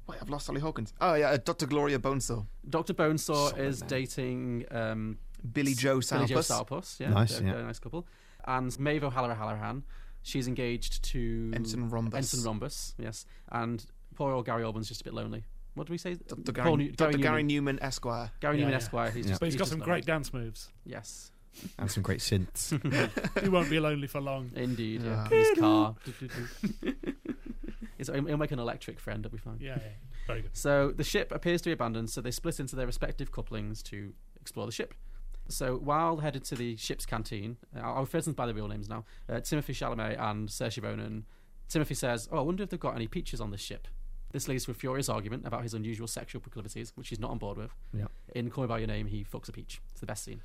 [SPEAKER 1] Wait, I've lost Sally Hawkins. Oh yeah, uh, Dr. Gloria Bonesaw,
[SPEAKER 2] Dr. Bonesaw
[SPEAKER 1] Solid
[SPEAKER 2] is
[SPEAKER 1] name.
[SPEAKER 2] dating um,
[SPEAKER 1] Billy Joe
[SPEAKER 2] Billy Joe
[SPEAKER 1] Salpus.
[SPEAKER 2] Salpus. Yeah,
[SPEAKER 5] Nice,
[SPEAKER 2] they're-
[SPEAKER 5] yeah.
[SPEAKER 2] they're a nice couple. And Maeve O'Halloran Halloran, she's engaged to
[SPEAKER 1] Ensign Rhombus.
[SPEAKER 2] Ensign Rhombus, yes. And poor old Gary Orban's just a bit lonely. What do we say?
[SPEAKER 1] Dr.
[SPEAKER 2] Paul
[SPEAKER 1] Gary,
[SPEAKER 2] New-
[SPEAKER 1] Dr. Gary,
[SPEAKER 2] Newman,
[SPEAKER 1] Newman Esquire.
[SPEAKER 2] Gary
[SPEAKER 4] Yeah,
[SPEAKER 2] Newman
[SPEAKER 4] yeah.
[SPEAKER 2] Esquire. Who's
[SPEAKER 5] Yeah.
[SPEAKER 2] just,
[SPEAKER 4] But he's got
[SPEAKER 2] just
[SPEAKER 4] some
[SPEAKER 2] lonely.
[SPEAKER 4] great dance moves.
[SPEAKER 2] Yes,
[SPEAKER 5] And some great synths.
[SPEAKER 4] he won't be lonely for long.
[SPEAKER 2] indeed. Yeah.
[SPEAKER 1] Yeah.
[SPEAKER 2] His car. It's- he'll make an electric friend. That'll be fine.
[SPEAKER 4] Yeah, yeah. very good.
[SPEAKER 2] So the ship appears to be abandoned, so they split into their respective couplings to explore the ship. So while headed to the ship's canteen, uh, I'll refer to them by the real names now. Uh, Timothy Chalamet and Saoirse Ronan. Timothy says, "Oh, I wonder if they've got any peaches on this ship." This leads to a furious argument about his unusual sexual proclivities, which he's not on board with.
[SPEAKER 5] Yeah.
[SPEAKER 2] In Call Me by Your Name, he fucks a peach. It's the best scene.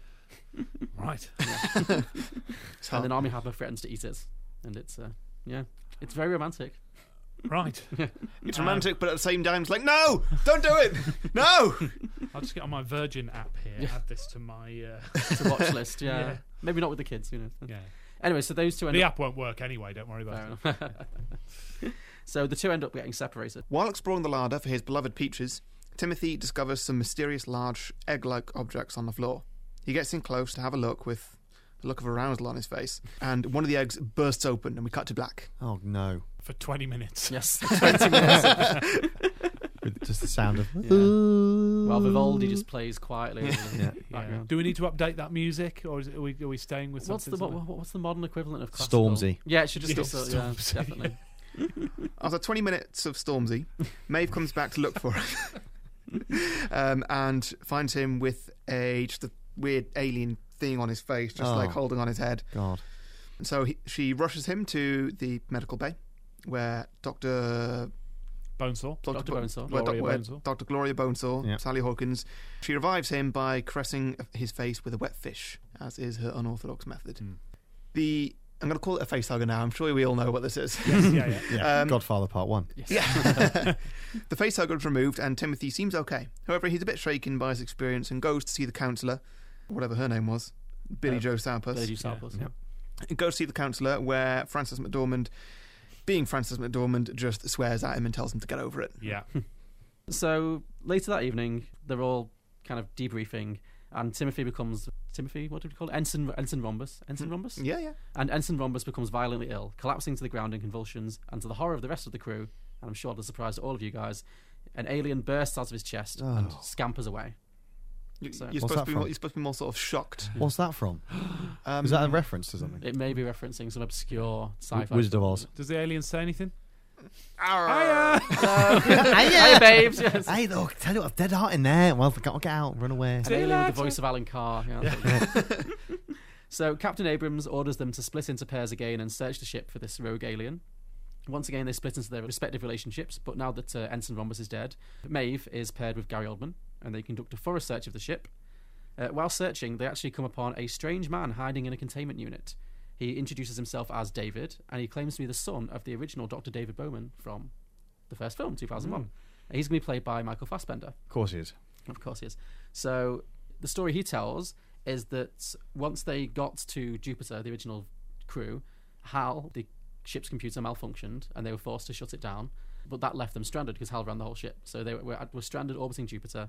[SPEAKER 4] Right.
[SPEAKER 1] It's
[SPEAKER 2] And
[SPEAKER 1] hot.
[SPEAKER 2] then Army Hammer threatens to eat it, and it's uh, yeah, it's very romantic.
[SPEAKER 4] Right.
[SPEAKER 2] Mm.
[SPEAKER 4] Um,
[SPEAKER 1] It's romantic, but at the same time, it's like, no, don't do it, no.
[SPEAKER 4] I'll just get on my Virgin app here. Add this to my. Uh,
[SPEAKER 2] It's a watch list. Yeah.
[SPEAKER 4] Yeah.
[SPEAKER 2] Maybe not with the kids. Who knows?
[SPEAKER 4] yeah.
[SPEAKER 2] Anyway, so those two end
[SPEAKER 4] The
[SPEAKER 2] up
[SPEAKER 4] app won't work anyway. Don't worry about it.
[SPEAKER 2] Fair enough. so the two end up getting separated.
[SPEAKER 1] While exploring the larder for his beloved peaches, Timothy discovers some mysterious large egg like objects on the floor. He gets in close to have a look with a look of arousal on his face, and one of the eggs bursts open and we cut to black.
[SPEAKER 5] oh, no.
[SPEAKER 4] For 20 minutes.
[SPEAKER 2] Yes, 20 minutes.
[SPEAKER 5] With just the sound of.
[SPEAKER 2] While Vivaldi just plays quietly. in the
[SPEAKER 5] Mm. Yeah.
[SPEAKER 4] Yeah.
[SPEAKER 2] background.
[SPEAKER 4] Do we need to update that music, or is it, are, we, are we staying with
[SPEAKER 2] What's
[SPEAKER 4] something?
[SPEAKER 2] the what,
[SPEAKER 4] similar?
[SPEAKER 2] what- what's the modern equivalent of classical?
[SPEAKER 5] Stormzy.
[SPEAKER 2] Yeah, it should just
[SPEAKER 4] Yeah,
[SPEAKER 2] be so- yeah,
[SPEAKER 4] Stormzy,
[SPEAKER 2] definitely.
[SPEAKER 1] After 20 minutes of Stormzy, Maeve comes back to look for him um, and finds him with a just a weird alien thing on his face, just
[SPEAKER 5] Oh.
[SPEAKER 1] like holding on his head.
[SPEAKER 5] God.
[SPEAKER 1] And so he, she rushes him to the medical bay where Dr.
[SPEAKER 4] Bonesaw.
[SPEAKER 1] Dr.
[SPEAKER 2] Dr.
[SPEAKER 1] Bo-
[SPEAKER 2] Bonesaw.
[SPEAKER 1] where Doc-
[SPEAKER 4] Gloria
[SPEAKER 1] where
[SPEAKER 4] Bonesaw.
[SPEAKER 1] Dr. Gloria Bonesaw,
[SPEAKER 5] Yeah.
[SPEAKER 1] Sally Hawkins. She revives him by caressing his face with a wet fish, as is her unorthodox method. The I'm going to call it a face hugger now. I'm sure we all know what this is.
[SPEAKER 4] Yes,
[SPEAKER 2] Oh,
[SPEAKER 4] yeah, yeah.
[SPEAKER 5] Yeah.
[SPEAKER 1] Um,
[SPEAKER 5] Godfather Part 1.
[SPEAKER 1] Yeah. the face hugger is removed, and Timothy seems okay. However, he's a bit shaken by his experience and goes to see the counsellor, whatever her name was, Billy
[SPEAKER 2] Uh,
[SPEAKER 1] Joe
[SPEAKER 2] They
[SPEAKER 1] Salpus.
[SPEAKER 2] do samples. Yeah.
[SPEAKER 1] goes to see the counsellor, where Francis McDormand, being Francis McDormand, just swears at him and tells him to get over it.
[SPEAKER 4] Yeah.
[SPEAKER 2] So later that evening, they're all kind of debriefing, and Timothy becomes Timothy. What do we call it? Ensign Ensign Rhombus.
[SPEAKER 5] Hmm.
[SPEAKER 2] Ensign Rhombus.
[SPEAKER 1] Yeah, yeah.
[SPEAKER 2] And Ensign Rhombus becomes violently ill, collapsing to the ground in convulsions, and to the horror of the rest of the crew, and I'm sure the surprise to all of you guys, an alien bursts out of his chest and
[SPEAKER 5] Oh.
[SPEAKER 2] scampers away.
[SPEAKER 1] You-
[SPEAKER 2] So-
[SPEAKER 1] You're
[SPEAKER 5] What's
[SPEAKER 1] supposed
[SPEAKER 5] that
[SPEAKER 1] to be more,
[SPEAKER 5] from?
[SPEAKER 1] you're supposed to be more sort of shocked.
[SPEAKER 5] What's that from?
[SPEAKER 1] Um,
[SPEAKER 5] Is that a reference to something?
[SPEAKER 2] It may be referencing some obscure sci-fi.
[SPEAKER 5] Wizard of Oz.
[SPEAKER 4] Does the alien say anything?
[SPEAKER 1] Arr.
[SPEAKER 2] Hey, babes! Yes.
[SPEAKER 5] Hey, look, tell you what, dead heart in there. Well, I'll get out, run away.
[SPEAKER 2] An alien with the voice of Alan Carr. yeah. so Captain Abrams orders them to split into pairs again and search the ship for this rogue alien. Once again, they split into their respective relationships, but now that uh, Ensign Rhombus is dead, Maeve is paired with Gary Oldman, and they conduct a thorough search of the ship. Uh, while searching, they actually come upon a strange man hiding in a containment unit. He introduces himself as David, and he claims to be the son of the original Dr. David Bowman from the first film, 2001. And He's going to be played by Michael Fassbender.
[SPEAKER 5] Of course he is.
[SPEAKER 2] Of course, he is. So the story he tells is that once they got to Jupiter, the original crew, Hal, the ship's computer, malfunctioned and they were forced to shut it down. But that left them stranded because Hal ran the whole ship. So they were, were stranded orbiting Jupiter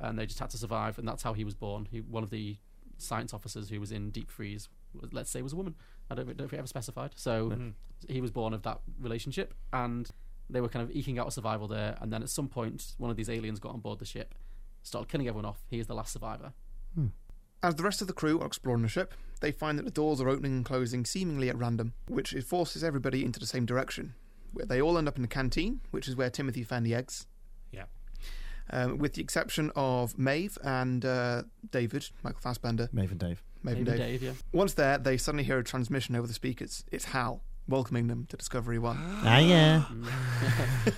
[SPEAKER 2] and they just had to survive. And that's how he was born. He, one of the science officers who was in deep freeze, was- let's say, was a woman. I don't, don't think it ever specified. So he was born of that relationship. And they were kind of eking out survival there. And then at some point, one of these aliens got on board the ship started killing everyone off. He is the last survivor.
[SPEAKER 1] As the rest of the crew are exploring the ship, they find that the doors are opening and closing seemingly at random, which it forces everybody into the same direction. where they all end up in the canteen, which is where Timothy found the eggs.
[SPEAKER 4] Yeah.
[SPEAKER 1] Um, with the exception of Maeve and uh, David, Michael Fassbender,
[SPEAKER 5] Maeve and Dave.
[SPEAKER 1] Maeve and
[SPEAKER 2] Maybe
[SPEAKER 1] Dave.
[SPEAKER 2] Dave, yeah.
[SPEAKER 1] Once there, they suddenly hear a transmission over the speakers. It's Hal welcoming them to Discovery One.
[SPEAKER 5] Ah, yeah.
[SPEAKER 2] Mm.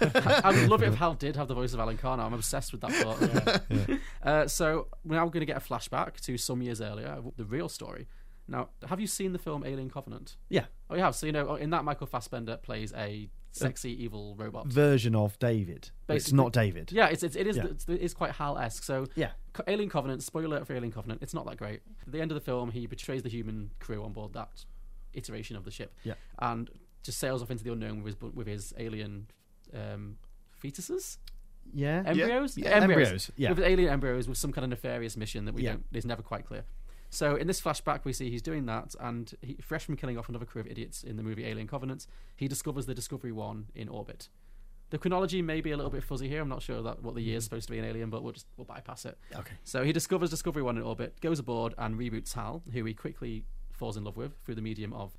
[SPEAKER 2] I would love it if Hal did have the voice of Alan Carr now. I'm obsessed with that thought. Uh, so we're now going to get a flashback to some years earlier, the real story. Now, have you seen the film Alien Covenant?
[SPEAKER 5] Yeah. Uh,
[SPEAKER 2] Oh, you have. So you know, in that, Michael Fassbender plays a sexy evil robot.
[SPEAKER 5] Version of David. But It's
[SPEAKER 2] Basically-
[SPEAKER 5] not David.
[SPEAKER 2] yeah, it's, it's it is
[SPEAKER 5] Yeah.
[SPEAKER 2] it's, it's quite Hal esque. So
[SPEAKER 5] Yeah.
[SPEAKER 2] Co- Alien Covenant. Spoiler alert for Alien Covenant. It's not that great. At the end of the film, he betrays the human crew on board that iteration of the ship.
[SPEAKER 5] Yeah.
[SPEAKER 2] And just sails off into the unknown with his bu- with his alien um, fetuses.
[SPEAKER 5] Yeah.
[SPEAKER 2] Embryos?
[SPEAKER 1] Yeah.
[SPEAKER 5] Embryos, yeah.
[SPEAKER 2] With alien embryos with some kind of nefarious mission that we
[SPEAKER 5] Yeah.
[SPEAKER 2] don't is never quite clear. So in this flashback we see he's doing that and he, fresh from killing off another crew of idiots in the movie Alien Covenant, he discovers the Discovery One in orbit. The chronology may be a little bit fuzzy here. I'm not sure that what the year
[SPEAKER 5] Mm.
[SPEAKER 2] is supposed to be in Alien, but we'll just we'll bypass it.
[SPEAKER 5] Okay.
[SPEAKER 2] So he discovers Discovery One in orbit, goes aboard, and reboots Hal, who he quickly falls in love with through the medium of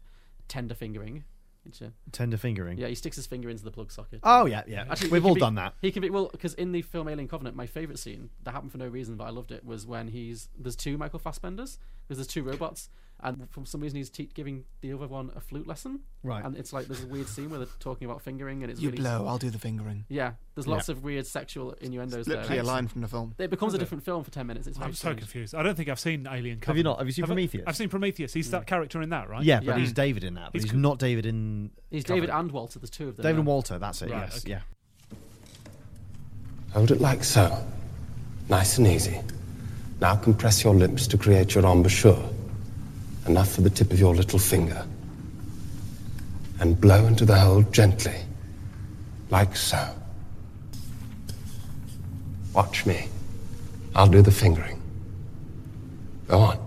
[SPEAKER 2] tender fingering. Which, uh,
[SPEAKER 5] Tender fingering.
[SPEAKER 2] yeah, he sticks his finger into the plug socket.
[SPEAKER 5] Hmm. Oh, yeah, yeah.
[SPEAKER 2] Actually,
[SPEAKER 5] We've
[SPEAKER 2] he
[SPEAKER 5] all
[SPEAKER 2] can be-
[SPEAKER 5] done that.
[SPEAKER 2] He can be well because in the film Alien Covenant, my favorite scene that happened for no reason, but I loved it was when he's there's two Michael Fassbenders because there's two robots, and for some reason he's te- giving the other one a flute lesson,
[SPEAKER 5] Right.
[SPEAKER 2] and it's like there's a weird scene where they're talking about fingering, and it's
[SPEAKER 1] You
[SPEAKER 2] really
[SPEAKER 1] blow, I'll do the fingering.
[SPEAKER 2] yeah. There's lots of weird sexual innuendos
[SPEAKER 1] Literally
[SPEAKER 2] there.
[SPEAKER 1] a line from the film.
[SPEAKER 2] It becomes a
[SPEAKER 4] Is it?
[SPEAKER 2] different film for ten minutes. It's very
[SPEAKER 4] I'm so
[SPEAKER 2] strange.
[SPEAKER 4] confused. I don't think I've seen Alien. Covenant.
[SPEAKER 5] Have you not? Have you seen
[SPEAKER 4] I-
[SPEAKER 5] Prometheus? Mm.
[SPEAKER 4] I've seen Prometheus. He's that character in that, right?
[SPEAKER 5] Yeah, but
[SPEAKER 2] Yeah.
[SPEAKER 5] he's David in that. But
[SPEAKER 4] He's
[SPEAKER 5] he's,
[SPEAKER 4] co-
[SPEAKER 5] not David in.
[SPEAKER 2] He's
[SPEAKER 5] Covenant.
[SPEAKER 2] David and Walter. There's two of them.
[SPEAKER 5] David and
[SPEAKER 2] now.
[SPEAKER 5] Walter. That's it.
[SPEAKER 4] Right,
[SPEAKER 5] yes.
[SPEAKER 4] okay.
[SPEAKER 5] Yeah.
[SPEAKER 9] Hold it like so. Nice and easy. Now compress your lips to create your embouchure. Enough for the tip of your little finger. And blow into the hole gently. Like so. Watch me. I'll do the fingering. Go on.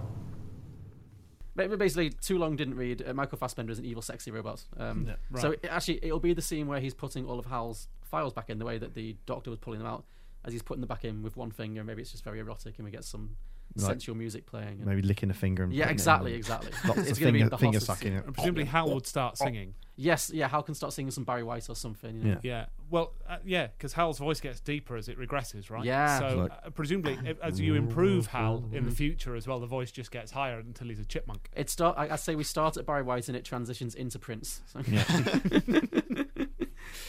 [SPEAKER 2] Ba- ba- Basically, too long didn't read. Uh, Michael Fassbender is an evil, sexy robot. Um,
[SPEAKER 4] right.
[SPEAKER 2] So it, actually, it'll be the scene where he's putting all of Hal's files back in the way that the doctor was pulling them out. As he's putting them back in with one finger, maybe it's just very erotic, and we get some
[SPEAKER 5] Right.
[SPEAKER 2] sensual music playing. and-
[SPEAKER 5] Maybe licking a finger. And
[SPEAKER 2] yeah,
[SPEAKER 5] putting it
[SPEAKER 2] exactly,
[SPEAKER 5] in.
[SPEAKER 2] exactly.
[SPEAKER 5] Lots
[SPEAKER 2] it's
[SPEAKER 5] of
[SPEAKER 2] going to be
[SPEAKER 5] finger,
[SPEAKER 2] the
[SPEAKER 5] finger
[SPEAKER 2] hottest
[SPEAKER 5] sucking.
[SPEAKER 2] scene.
[SPEAKER 5] it.
[SPEAKER 4] And presumably Hal would start singing.
[SPEAKER 2] Yes, yeah. Hal can start singing some Barry White or something. You know?
[SPEAKER 5] Yeah.
[SPEAKER 4] Yeah. Well, uh, yeah, because Hal's voice gets deeper as it regresses, right?
[SPEAKER 2] Yeah. Mm-hmm.
[SPEAKER 4] So
[SPEAKER 5] Like-
[SPEAKER 4] uh, presumably, if- as you improve Hal in the future as well, the voice just gets higher until he's a chipmunk.
[SPEAKER 2] It start. I, I say we start at Barry White and it transitions into Prince.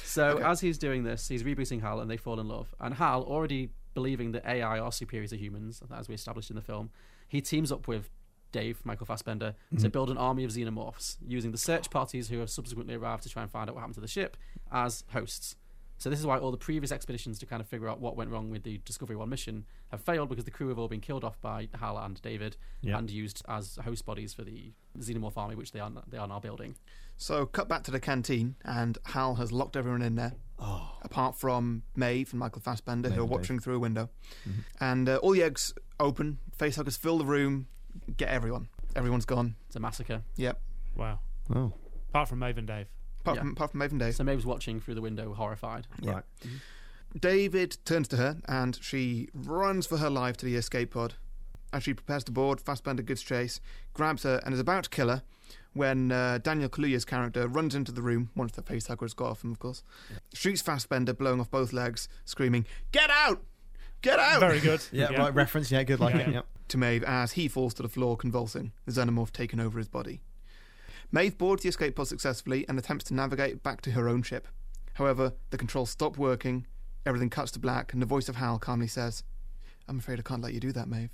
[SPEAKER 2] So, So as he's doing this, he's rebooting Hal and they fall in love. And Hal, already believing that AI are superior to humans, as we established in the film, he teams up with Dave Michael Fassbender to build an army of xenomorphs using the search parties who have subsequently arrived to try and find out what happened to the ship as hosts. So this is why all the previous expeditions to kind of figure out what went wrong with the Discovery One mission have failed because the crew have all been killed off by Hal and David
[SPEAKER 5] Yeah.
[SPEAKER 2] and used as host bodies for the Xenomorph army, which they are they are now building.
[SPEAKER 1] So cut back to the canteen, and Hal has locked everyone in there,
[SPEAKER 5] Oh.
[SPEAKER 1] apart from Maeve and Michael Fassbender, who are
[SPEAKER 5] and Dave.
[SPEAKER 1] watching through a window. And uh, all the eggs open, facehuggers fill the room, get everyone. Everyone's gone.
[SPEAKER 2] It's a massacre.
[SPEAKER 1] Yep.
[SPEAKER 4] Wow.
[SPEAKER 5] Oh,
[SPEAKER 4] Apart from Maven Dave.
[SPEAKER 1] Apart,
[SPEAKER 2] Yeah.
[SPEAKER 1] from, apart from Maeve and Dave. Mm-hmm.
[SPEAKER 2] So Maeve's watching through the window, horrified.
[SPEAKER 5] right.
[SPEAKER 1] David turns to her, and she runs for her life to the escape pod. As she prepares to board, Fassbender gives chase, grabs her, and is about to kill her when uh, Daniel Kaluuya's character runs into the room, once the facehugger has got off him, of course, shoots Fassbender, blowing off both legs, screaming, Get out! Get out!
[SPEAKER 4] Very good.
[SPEAKER 5] Yeah, Right. Reference. Yeah. Good. Like
[SPEAKER 4] Yeah,
[SPEAKER 5] it.
[SPEAKER 4] yeah.
[SPEAKER 5] Yep.
[SPEAKER 1] to Maeve as he falls to the floor convulsing, the xenomorph taken over his body. Maeve boards the escape pod successfully and attempts to navigate back to her own ship. However, the controls stop working, everything cuts to black, and the voice of Hal calmly says, I'm afraid I can't let you do that, Maeve.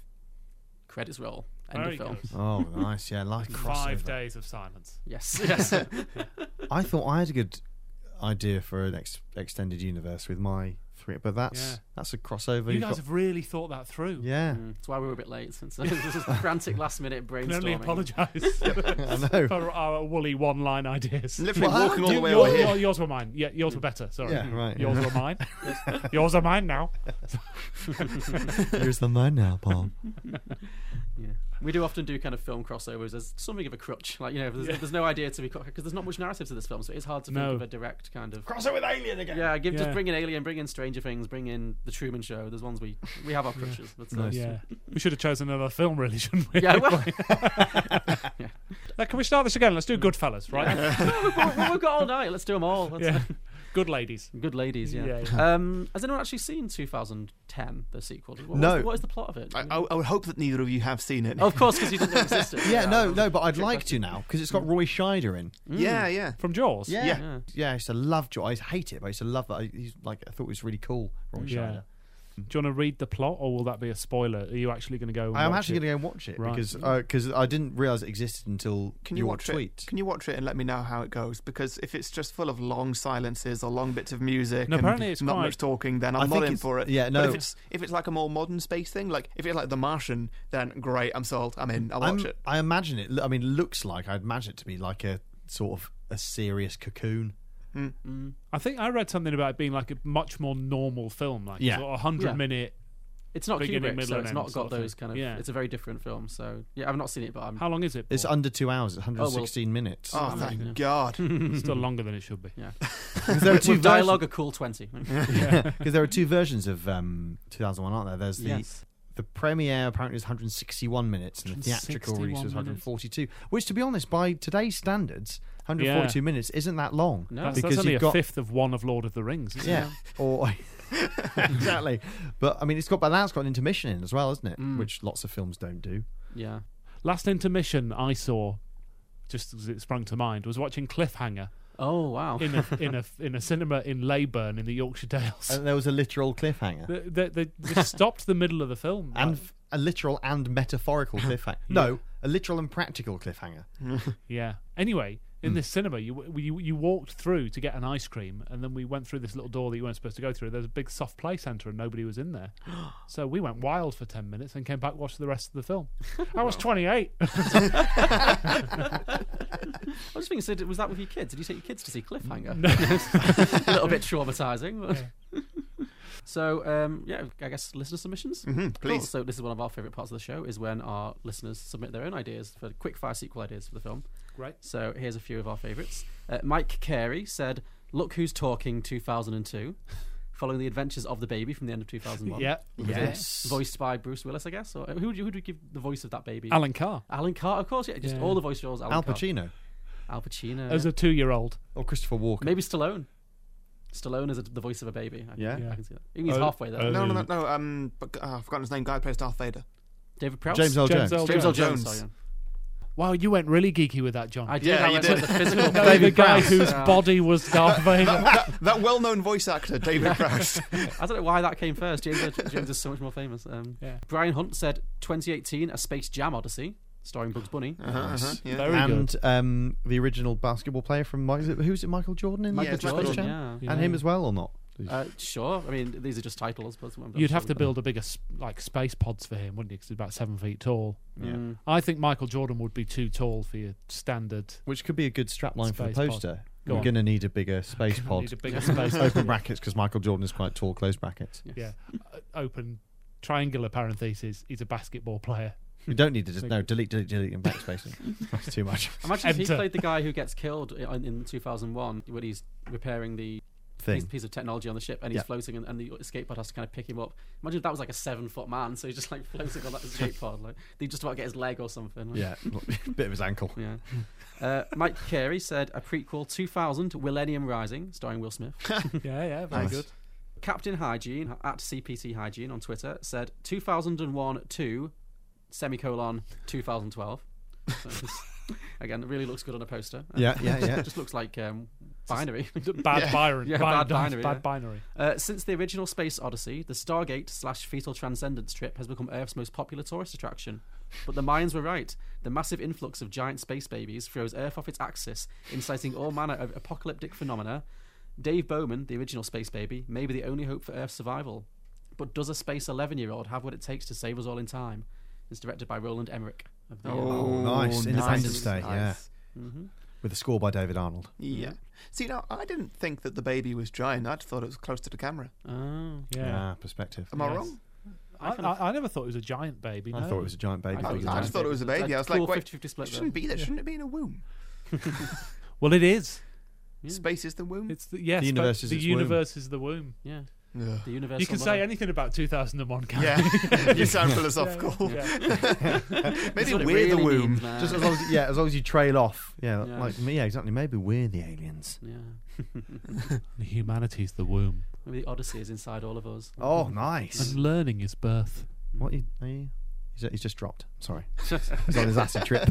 [SPEAKER 2] Credits roll. End
[SPEAKER 4] Very
[SPEAKER 2] of film.
[SPEAKER 4] good.
[SPEAKER 5] Oh, nice. Yeah. Like
[SPEAKER 4] Five
[SPEAKER 5] crossover.
[SPEAKER 4] days of silence.
[SPEAKER 2] Yes, yes.
[SPEAKER 5] I thought I had a good idea for an ex- extended universe with my three, but that's
[SPEAKER 4] Yeah.
[SPEAKER 5] that's a crossover.
[SPEAKER 4] you
[SPEAKER 5] You've
[SPEAKER 4] guys
[SPEAKER 5] got-
[SPEAKER 4] have really thought that through.
[SPEAKER 5] yeah.
[SPEAKER 2] That's why we were a bit late. Since so this is frantic last minute brainstorming.
[SPEAKER 4] I can only apologise
[SPEAKER 5] I know.
[SPEAKER 4] for our woolly one-line ideas.
[SPEAKER 1] Literally walking all the
[SPEAKER 4] You-
[SPEAKER 1] way
[SPEAKER 4] your-
[SPEAKER 1] over here.
[SPEAKER 4] your- yours were mine. Yeah, yours were better. Sorry.
[SPEAKER 5] Yeah, right,
[SPEAKER 4] Yours
[SPEAKER 5] yeah.
[SPEAKER 4] were mine. yours are mine now.
[SPEAKER 5] Here's the man now, Paul.
[SPEAKER 2] We do often do kind of film crossovers as something of a crutch. Like you know, there's, there's no idea to be because there's not much narrative to this film, so it's hard to think
[SPEAKER 4] No.
[SPEAKER 2] of a direct kind of.
[SPEAKER 5] Crossover with Alien again.
[SPEAKER 2] Yeah, give, just
[SPEAKER 4] Yeah.
[SPEAKER 2] bring in Alien, bring in Stranger Things, bring in The Truman Show. There's ones we we have our crutches. But, uh,
[SPEAKER 5] Nice.
[SPEAKER 4] Yeah. we should have chosen another film, really, shouldn't we?
[SPEAKER 2] Yeah, well,
[SPEAKER 4] Now, can we start this again? Let's do Goodfellas, right?
[SPEAKER 2] Well, we've got all night. Let's do them all. Let's-
[SPEAKER 4] yeah. Good ladies.
[SPEAKER 2] Good ladies, yeah.
[SPEAKER 4] Yeah,
[SPEAKER 2] Um, has anyone actually seen 2010, the sequel? What,
[SPEAKER 5] No.
[SPEAKER 2] What, what is the plot of it?
[SPEAKER 1] I, I would hope that neither of you have seen it.
[SPEAKER 2] of course, because you didn't know it existed.
[SPEAKER 5] Yeah, no, no, but I'd like to now because it's got Roy Scheider in.
[SPEAKER 1] Yeah, yeah.
[SPEAKER 4] From Jaws?
[SPEAKER 5] yeah,
[SPEAKER 2] Yeah.
[SPEAKER 5] Yeah, I used to love Jaws. I used to hate it, but I used to love it. I, he's like, I thought it was really cool. Roy
[SPEAKER 4] Yeah.
[SPEAKER 5] Scheider.
[SPEAKER 4] Do you want to read the plot, or will that be a spoiler? Are you actually going to go? and
[SPEAKER 5] I am
[SPEAKER 4] watch
[SPEAKER 5] actually
[SPEAKER 4] it?
[SPEAKER 5] going to go and watch it
[SPEAKER 4] Right. Mm.
[SPEAKER 5] because because I didn't realize it existed until
[SPEAKER 1] Can you
[SPEAKER 5] your
[SPEAKER 1] watch
[SPEAKER 5] tweet.
[SPEAKER 1] it? Can you watch it and let me know how it goes? Because if it's just full of long silences or long bits of music
[SPEAKER 4] No,
[SPEAKER 1] and
[SPEAKER 4] apparently it's
[SPEAKER 1] not
[SPEAKER 4] quite-
[SPEAKER 1] much talking, then I'm
[SPEAKER 5] I
[SPEAKER 1] not
[SPEAKER 5] think
[SPEAKER 1] in
[SPEAKER 5] it's-
[SPEAKER 1] for it.
[SPEAKER 5] yeah,
[SPEAKER 1] But
[SPEAKER 5] no.
[SPEAKER 1] if it's if it's like a more modern space thing, like if it's like The Martian, then great, I'm sold. I'm in. I'll watch
[SPEAKER 5] I'm-
[SPEAKER 1] it.
[SPEAKER 5] I imagine it. I mean, looks like I imagine it to be like a sort of a serious cocoon.
[SPEAKER 4] I think I read something about it being like a much more normal film, like
[SPEAKER 5] Yeah.
[SPEAKER 4] sort of a hundred
[SPEAKER 2] Yeah.
[SPEAKER 4] minute.
[SPEAKER 2] It's not
[SPEAKER 4] Beginning,
[SPEAKER 2] Kubrick,
[SPEAKER 4] middle,
[SPEAKER 2] so
[SPEAKER 4] and
[SPEAKER 2] it's
[SPEAKER 4] end
[SPEAKER 2] not
[SPEAKER 4] sort
[SPEAKER 2] got
[SPEAKER 4] of thing.
[SPEAKER 2] those kind of.
[SPEAKER 4] Yeah.
[SPEAKER 2] It's a very different film, so yeah, I've not seen it, but I'm.
[SPEAKER 4] How long is it?
[SPEAKER 5] It's
[SPEAKER 4] for?
[SPEAKER 5] under two hours. It's 116 minutes.
[SPEAKER 1] Oh, thank God.
[SPEAKER 4] It's still longer than it should be.
[SPEAKER 2] yeah.
[SPEAKER 5] 'Cause there are two
[SPEAKER 2] With
[SPEAKER 5] versions-
[SPEAKER 2] dialogue, a cool 20.
[SPEAKER 5] Because there are two versions of um, 2001, aren't there? There's the
[SPEAKER 2] yes.
[SPEAKER 5] the premiere apparently is 161 minutes, and the theatrical release was
[SPEAKER 4] 161 minutes.
[SPEAKER 5] 142. Which, to be honest, by today's standards, 142 minutes isn't that long.
[SPEAKER 2] No.
[SPEAKER 4] That's,
[SPEAKER 5] because
[SPEAKER 4] that's only
[SPEAKER 5] you've
[SPEAKER 4] a
[SPEAKER 5] got
[SPEAKER 4] fifth of one of Lord of the Rings. Isn't
[SPEAKER 5] yeah, or exactly. But I mean, it's got but that's got an intermission in as well, isn't it?
[SPEAKER 4] Mm.
[SPEAKER 5] Which lots of films don't do.
[SPEAKER 2] Yeah.
[SPEAKER 4] it? Last intermission I saw, just as it sprung to mind, was watching Cliffhanger
[SPEAKER 2] Oh, wow.
[SPEAKER 4] in a in a in a cinema in Leyburn in the Yorkshire Dales.
[SPEAKER 5] And there was a literal cliffhanger.
[SPEAKER 4] they, they, they just stopped the middle of the film.
[SPEAKER 5] and
[SPEAKER 4] Like,
[SPEAKER 5] f- a literal and metaphorical cliffhanger. No, a literal and practical cliffhanger.
[SPEAKER 4] Oh yeah. Anyway, in
[SPEAKER 5] Hmm.
[SPEAKER 4] this cinema, you, you you walked through to get an ice cream, and then we went through this little door that you weren't supposed to go through. There's a big soft play centre, and nobody was in there. so we went wild for ten minutes and came back watched the rest of the film. I was 28.
[SPEAKER 2] I was just thinking, so was that with your kids? Did you take your kids to see Cliffhanger? a little bit traumatizing. So um, yeah, I guess listener submissions. Mm-hmm,
[SPEAKER 1] please.
[SPEAKER 2] So this is one of our favourite parts of the show is when our listeners submit their own ideas for quick fire sequel ideas for the film.
[SPEAKER 4] Great.
[SPEAKER 2] So here's a few of our favourites. Uh, Mike Carey said, "Look who's talking." 2002, following the adventures of the baby from the end of 2001.
[SPEAKER 4] yeah.
[SPEAKER 5] Yes.
[SPEAKER 2] Voiced by Bruce Willis, I guess. Or uh, who would you, who would you give the voice of that baby?
[SPEAKER 4] Alan Carr
[SPEAKER 2] Alan Carr, of course. Yeah, just
[SPEAKER 4] Yeah.
[SPEAKER 2] all the voice roles. Alan
[SPEAKER 5] Al
[SPEAKER 2] Carr.
[SPEAKER 5] Pacino
[SPEAKER 2] Al Pacino.
[SPEAKER 4] as
[SPEAKER 2] yeah.
[SPEAKER 4] a two-year-old.
[SPEAKER 5] or Christopher Walken.
[SPEAKER 2] Maybe Stallone. Stallone is a, the voice of a baby. I,
[SPEAKER 5] Yeah.
[SPEAKER 2] can- I can see that. Even
[SPEAKER 4] Oh,
[SPEAKER 2] he's halfway there.
[SPEAKER 4] oh.
[SPEAKER 1] No, no, no, no. Um, but, uh, I've forgotten his name. Guy who plays Darth Vader.
[SPEAKER 2] David Prowse.
[SPEAKER 5] James Earl Jones.
[SPEAKER 4] James Earl
[SPEAKER 2] James Earl Jones.
[SPEAKER 1] Jones.
[SPEAKER 2] sorry,
[SPEAKER 4] Wow, you went really geeky with that, John.
[SPEAKER 2] I did.
[SPEAKER 1] Yeah,
[SPEAKER 2] I
[SPEAKER 1] you
[SPEAKER 2] went
[SPEAKER 1] did.
[SPEAKER 2] with the physical.
[SPEAKER 4] No,
[SPEAKER 2] David
[SPEAKER 4] the guy
[SPEAKER 2] Prowse.
[SPEAKER 4] whose
[SPEAKER 2] Yeah.
[SPEAKER 4] body was Darth Vader.
[SPEAKER 1] That, that well-known voice actor, David Prowse.
[SPEAKER 2] I don't know why that came first. James, Earl- James is so much more famous. Um,
[SPEAKER 4] Yeah.
[SPEAKER 2] Brian Hunt said 2018, A Space Jam Odyssey, starring Bugs Bunny.
[SPEAKER 1] Uh-huh, uh-huh, yeah.
[SPEAKER 4] Very good.
[SPEAKER 5] and um, the original basketball player from Mike, who's it? Michael Jordan in
[SPEAKER 1] Michael
[SPEAKER 5] the Space
[SPEAKER 1] Jordan,
[SPEAKER 5] Jam?
[SPEAKER 2] yeah.
[SPEAKER 5] and him as well, or not?
[SPEAKER 2] Uh, sure. I mean, these are just titles, but I'm- I'm
[SPEAKER 4] You'd have
[SPEAKER 2] sure
[SPEAKER 4] to
[SPEAKER 2] we-
[SPEAKER 4] build a bigger s- like space pods for him, wouldn't you? Because he's about seven feet tall.
[SPEAKER 5] yeah.
[SPEAKER 2] Mm.
[SPEAKER 4] I think Michael Jordan would be too tall for your standard.
[SPEAKER 5] Which could be a good strap line for the
[SPEAKER 4] Space pod.
[SPEAKER 5] poster.
[SPEAKER 4] Go
[SPEAKER 5] We're
[SPEAKER 4] on.
[SPEAKER 5] going to need a bigger space pod.
[SPEAKER 4] Need a bigger space.
[SPEAKER 5] Open brackets because Michael Jordan is quite tall. Close brackets.
[SPEAKER 4] yeah. Uh, Open triangular parentheses. He's a basketball player.
[SPEAKER 5] You don't need to just no delete, delete, delete, and backspace. it. That's too much.
[SPEAKER 2] Imagine if he
[SPEAKER 4] Enter.
[SPEAKER 2] played the guy who gets killed in, in 2001 when he's repairing the piece,
[SPEAKER 5] Thing.
[SPEAKER 2] piece of technology on the ship and he's
[SPEAKER 5] Yeah.
[SPEAKER 2] floating and, and the escape pod has to kind of pick him up. Imagine if that was like a seven foot man, so he's just like floating on that escape pod. Like they just about get his leg or something. like-
[SPEAKER 5] Yeah, bit of his ankle.
[SPEAKER 2] Yeah. Uh, Mike Carey said a prequel 2000 Millennium Rising, starring Will Smith.
[SPEAKER 4] Yeah, yeah, very
[SPEAKER 5] Nice.
[SPEAKER 4] good.
[SPEAKER 2] Captain Hygiene at CPT Hygiene on Twitter said 2001 2 semicolon 2012. So it's- again, it really looks good on a poster. Uh,
[SPEAKER 5] Yeah, yeah, yeah.
[SPEAKER 2] It just looks like um, binary.
[SPEAKER 4] Bad Byron.
[SPEAKER 2] Yeah,
[SPEAKER 4] Byron-
[SPEAKER 2] bad binary,
[SPEAKER 4] Bad
[SPEAKER 2] yeah.
[SPEAKER 4] binary.
[SPEAKER 2] Uh, since the original Space Odyssey, the Stargate slash fetal transcendence trip has become Earth's most popular tourist attraction. But the Mayans were right. The massive influx of giant space babies throws Earth off its axis, inciting all manner of apocalyptic phenomena. Dave Bowman, the original space baby, may be the only hope for Earth's survival. But does a space 11 year old have what it takes to save us all in time? It's directed by Roland Emmerich. Of the, uh,
[SPEAKER 1] Oh,
[SPEAKER 5] nice. Independence Day,
[SPEAKER 2] mhm.
[SPEAKER 5] With a score by David Arnold.
[SPEAKER 1] Yeah. See, now I didn't think that the baby was giant. I just thought it was close to the camera.
[SPEAKER 2] Oh.
[SPEAKER 4] Yeah.
[SPEAKER 5] Ah, perspective.
[SPEAKER 1] Am I
[SPEAKER 4] Yes.
[SPEAKER 1] wrong?
[SPEAKER 4] I, I, I never thought it was a giant baby.
[SPEAKER 5] I
[SPEAKER 4] no.
[SPEAKER 5] thought it was a giant baby.
[SPEAKER 2] I thought it was a
[SPEAKER 1] I
[SPEAKER 2] giant
[SPEAKER 1] just thought it was a baby. I was
[SPEAKER 2] Cool
[SPEAKER 1] like, wait,
[SPEAKER 2] 50-50 split
[SPEAKER 1] it shouldn't
[SPEAKER 2] there.
[SPEAKER 1] be there. Shouldn't it be in a womb?
[SPEAKER 4] Well, it is.
[SPEAKER 1] Space is the womb.
[SPEAKER 4] It's the, yes,
[SPEAKER 5] The
[SPEAKER 4] but
[SPEAKER 5] universe is
[SPEAKER 4] the
[SPEAKER 5] its
[SPEAKER 4] universe is the womb.
[SPEAKER 2] Yeah.
[SPEAKER 1] Yeah.
[SPEAKER 2] The universal.
[SPEAKER 4] You can say
[SPEAKER 2] mother.
[SPEAKER 4] anything about 2001, can't you?
[SPEAKER 1] Yeah, you sound philosophical.
[SPEAKER 2] That's
[SPEAKER 1] Maybe
[SPEAKER 2] what
[SPEAKER 1] we're
[SPEAKER 2] it
[SPEAKER 1] the
[SPEAKER 2] really
[SPEAKER 1] womb.
[SPEAKER 2] means, man.
[SPEAKER 5] Just as long as, yeah, as long as you trail off. Yeah,
[SPEAKER 2] Yeah.
[SPEAKER 5] like me. Yeah, exactly. Maybe we're the aliens.
[SPEAKER 2] yeah.
[SPEAKER 4] Humanity's the womb.
[SPEAKER 2] Maybe the Odyssey is inside all of us.
[SPEAKER 5] Oh, nice.
[SPEAKER 4] learning is birth.
[SPEAKER 5] What you? Are you he's, he's just dropped. Sorry, he's on his acid trip.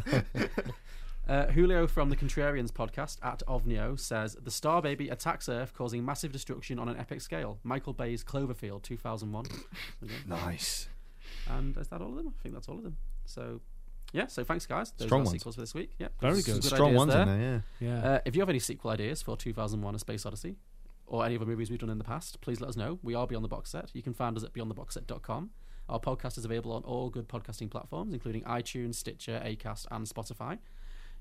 [SPEAKER 2] Uh, Julio from the Contrarians podcast at Ovnio says the Star Baby attacks Earth, causing massive destruction on an epic scale. Michael Bay's Cloverfield, two thousand one.
[SPEAKER 5] nice.
[SPEAKER 2] And is that all of them? I think that's all of them. So, yeah. So thanks, guys. Those
[SPEAKER 5] Strong
[SPEAKER 2] are our
[SPEAKER 5] ones.
[SPEAKER 2] sequels for this week. Yeah.
[SPEAKER 4] Very
[SPEAKER 2] some
[SPEAKER 4] good.
[SPEAKER 5] Strong
[SPEAKER 2] ideas
[SPEAKER 5] ones in there.
[SPEAKER 4] Yeah.
[SPEAKER 2] Uh, if you have any sequel ideas for 2001: A Space Odyssey or any other movies we've done in the past, please let us know. We are Beyond the Box Set. You can find us at beyondtheboxset.com. Our podcast is available on all good podcasting platforms, including iTunes, Stitcher, Acast, and Spotify.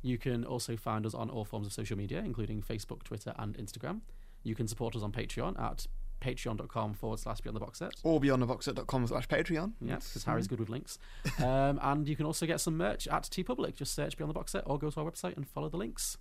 [SPEAKER 2] You can also find us on all forms of social media, including Facebook, Twitter, and Instagram. You can support us on Patreon at patreon.com forward slash beyond the box set.
[SPEAKER 1] Or beyondtheboxer.com slash Patreon.
[SPEAKER 2] Yeah, because Harry's good with links. Um, and you can also get some merch at T Public. Just search Beyond the Box Set or go to our website and follow the links.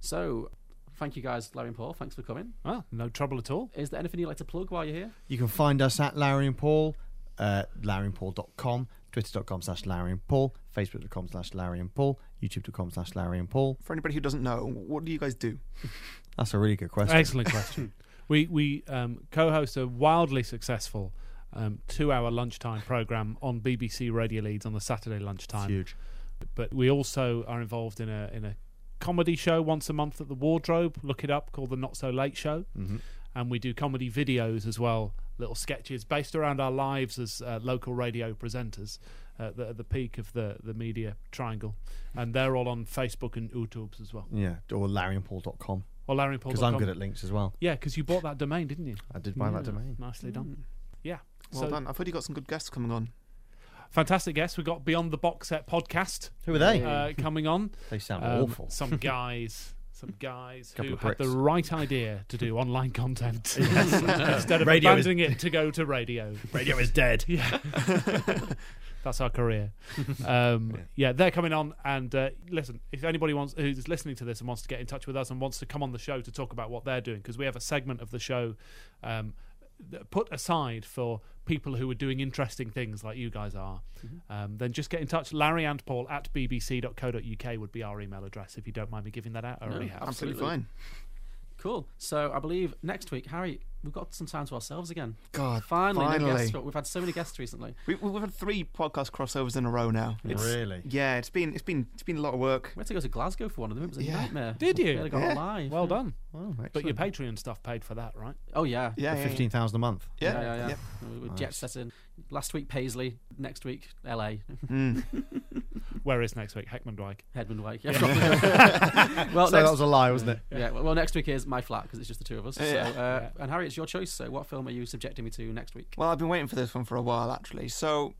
[SPEAKER 2] So, thank you guys, Larry and Paul. Thanks for coming.
[SPEAKER 4] well, no trouble at all.
[SPEAKER 2] Is there anything you'd like to plug while you're here?
[SPEAKER 5] You can find us at Larry and Paul, uh, larryandpaul.com, twitter.com slash Larry and Paul, facebook.com slash Larry and Paul, youtube.com slash Larry and Paul.
[SPEAKER 1] For anybody who doesn't know, what do you guys do?
[SPEAKER 5] That's a really good question.
[SPEAKER 4] Excellent question. we we um, co-host a wildly successful um, two-hour lunchtime program on BBC Radio Leeds on the Saturday
[SPEAKER 5] It's
[SPEAKER 4] lunchtime.
[SPEAKER 5] huge.
[SPEAKER 4] But we also are involved in a in a comedy show once a month at the Wardrobe. Look it up, called the Not So Late Show.
[SPEAKER 5] Mhm.
[SPEAKER 4] And we do comedy videos as well, little sketches based around our lives as uh, local radio presenters. Uh, that are at the peak of the, the media triangle, and they're all on Facebook and YouTube as well.
[SPEAKER 5] Yeah, or larryandpaul.com.
[SPEAKER 4] Or Larry Paul.
[SPEAKER 5] Because I'm good at links as well.
[SPEAKER 4] yeah, because you bought that domain, didn't you?
[SPEAKER 5] I did buy
[SPEAKER 4] Mm.
[SPEAKER 5] that domain.
[SPEAKER 4] Nicely done. Yeah.
[SPEAKER 1] Well
[SPEAKER 4] so,
[SPEAKER 1] done. I've heard you got some good guests coming on.
[SPEAKER 4] fantastic guest. We've got Beyond the Box Set podcast
[SPEAKER 5] Who are they?
[SPEAKER 4] uh, coming on.
[SPEAKER 5] they sound
[SPEAKER 4] Um,
[SPEAKER 5] awful.
[SPEAKER 4] Some guys. Some guys
[SPEAKER 5] Couple
[SPEAKER 4] who
[SPEAKER 5] of
[SPEAKER 4] had the
[SPEAKER 5] pricks.
[SPEAKER 4] right idea to do online content instead of
[SPEAKER 5] Radio is-
[SPEAKER 4] abandoning it to go to radio.
[SPEAKER 5] Radio is dead.
[SPEAKER 4] Yeah, that's our career. Um, yeah. they're coming on. And uh, listen, if anybody wants who's listening to this and wants to get in touch with us and wants to come on the show to talk about what they're doing, because we have a segment of the show um, th- put aside for people who are doing interesting things like you guys are, um, then just get in touch. Larry and Paul at bbc.co.uk would be our email address. If you don't mind me giving that out, I already have.
[SPEAKER 1] Absolutely,
[SPEAKER 2] Absolutely.
[SPEAKER 1] fine.
[SPEAKER 2] Cool. So, I believe next week, Harry, we've got some time to ourselves again.
[SPEAKER 1] God,
[SPEAKER 2] Finally, no
[SPEAKER 1] Uh, finally.
[SPEAKER 2] guests. We've had so many guests recently.
[SPEAKER 1] We, we've had three podcast crossovers in a row now. It's,
[SPEAKER 5] Really?
[SPEAKER 1] Yeah, it's been it's been it's been a lot of work.
[SPEAKER 2] We had to go to Glasgow for one of them. It was a
[SPEAKER 1] Yeah.
[SPEAKER 2] nightmare.
[SPEAKER 4] Did you?
[SPEAKER 2] Barely got
[SPEAKER 1] Yeah.
[SPEAKER 2] alive.
[SPEAKER 4] Well done.
[SPEAKER 5] Oh,
[SPEAKER 4] But your
[SPEAKER 5] excellent.
[SPEAKER 4] Patreon stuff paid for that, right?
[SPEAKER 2] Oh, yeah.
[SPEAKER 1] Yeah,
[SPEAKER 5] The
[SPEAKER 1] yeah,
[SPEAKER 5] 15,000 a month.
[SPEAKER 1] yeah,
[SPEAKER 2] Yeah, yeah, yeah.
[SPEAKER 1] yeah.
[SPEAKER 2] We were jet setting. Last week Paisley, next week LA,
[SPEAKER 1] Mm.
[SPEAKER 4] Where is next week? Heckman Dwike.
[SPEAKER 2] Headman Wake. Yeah, well,
[SPEAKER 5] So
[SPEAKER 2] next,
[SPEAKER 5] that was a lie, wasn't it?
[SPEAKER 2] yeah, well, well, next week is my flat because it's just the two of us.
[SPEAKER 1] Yeah.
[SPEAKER 2] So, uh, and Harry, it's your choice. So, what film are you subjecting me to next week?
[SPEAKER 1] Well, I've been waiting for this one for a while actually. So,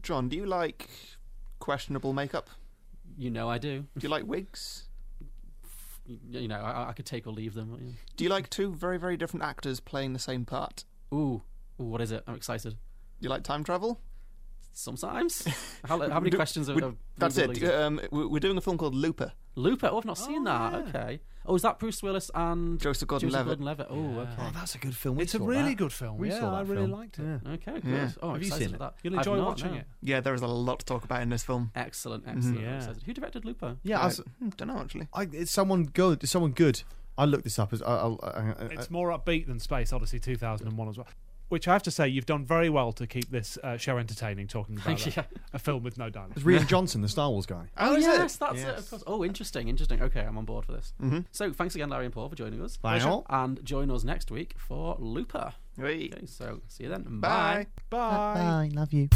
[SPEAKER 1] John, do you like questionable makeup?
[SPEAKER 2] You know, I do.
[SPEAKER 1] Do you like wigs?
[SPEAKER 2] You, you know, I, I could take or leave them.
[SPEAKER 1] Do you like two very very different actors playing the same part?
[SPEAKER 2] Ooh, Ooh what is it? I'm excited.
[SPEAKER 1] Do you like time travel?
[SPEAKER 2] Sometimes. How, how many
[SPEAKER 1] Do-
[SPEAKER 2] questions are,
[SPEAKER 1] we-
[SPEAKER 2] are
[SPEAKER 1] That's
[SPEAKER 2] revealed
[SPEAKER 1] it.
[SPEAKER 2] exist?
[SPEAKER 1] Um, we- we're doing a film called Looper.
[SPEAKER 2] Looper. Oh, I've not seen that. Okay. Oh, is that Bruce Willis and
[SPEAKER 1] Joseph Gordon-Levitt.
[SPEAKER 2] Gordon-Levitt? Oh,
[SPEAKER 5] Oh,
[SPEAKER 2] okay.
[SPEAKER 5] that's a good film. We
[SPEAKER 4] It's a
[SPEAKER 5] saw
[SPEAKER 4] really
[SPEAKER 5] that.
[SPEAKER 4] good film.
[SPEAKER 5] We
[SPEAKER 4] yeah,
[SPEAKER 5] saw that
[SPEAKER 4] I really
[SPEAKER 5] film.
[SPEAKER 4] liked it.
[SPEAKER 5] Yeah.
[SPEAKER 2] Okay, good.
[SPEAKER 1] Yeah.
[SPEAKER 2] Oh, I'm
[SPEAKER 5] Have you
[SPEAKER 2] excited
[SPEAKER 5] seen
[SPEAKER 2] for
[SPEAKER 5] it?
[SPEAKER 2] that.
[SPEAKER 4] You'll
[SPEAKER 2] I've
[SPEAKER 4] enjoy
[SPEAKER 2] not,
[SPEAKER 4] watching
[SPEAKER 2] no.
[SPEAKER 4] it.
[SPEAKER 1] Yeah, there is a lot to talk about in this film. hmm,
[SPEAKER 2] Excellent,
[SPEAKER 1] Mm-hmm.
[SPEAKER 2] excellent.
[SPEAKER 4] Yeah.
[SPEAKER 2] excellent. Who directed Looper?
[SPEAKER 5] Yeah, I, was-
[SPEAKER 1] don't know actually.
[SPEAKER 5] I, it's someone good. It's someone good. I looked this up as I, I, I, I,
[SPEAKER 4] It's more upbeat than Space Odyssey 2001 as well. Which I have to say, you've done very well to keep this uh, show entertaining. Talking about that.
[SPEAKER 2] Yeah.
[SPEAKER 4] a film with no dialogue.
[SPEAKER 5] It's Rian Johnson, the Star Wars guy.
[SPEAKER 1] Oh, is
[SPEAKER 2] yes,
[SPEAKER 1] it?
[SPEAKER 2] that's it. Of
[SPEAKER 5] Yes. Mm-hmm.
[SPEAKER 2] course. Oh, interesting, interesting. Okay, I'm on board for this. So, thanks again, Larry and Paul, for joining us.
[SPEAKER 5] Bye. Pleasure.
[SPEAKER 2] And join us next week for Looper.
[SPEAKER 1] Wait.
[SPEAKER 2] Okay, so see you then.
[SPEAKER 1] Bye.
[SPEAKER 5] Bye. Love you.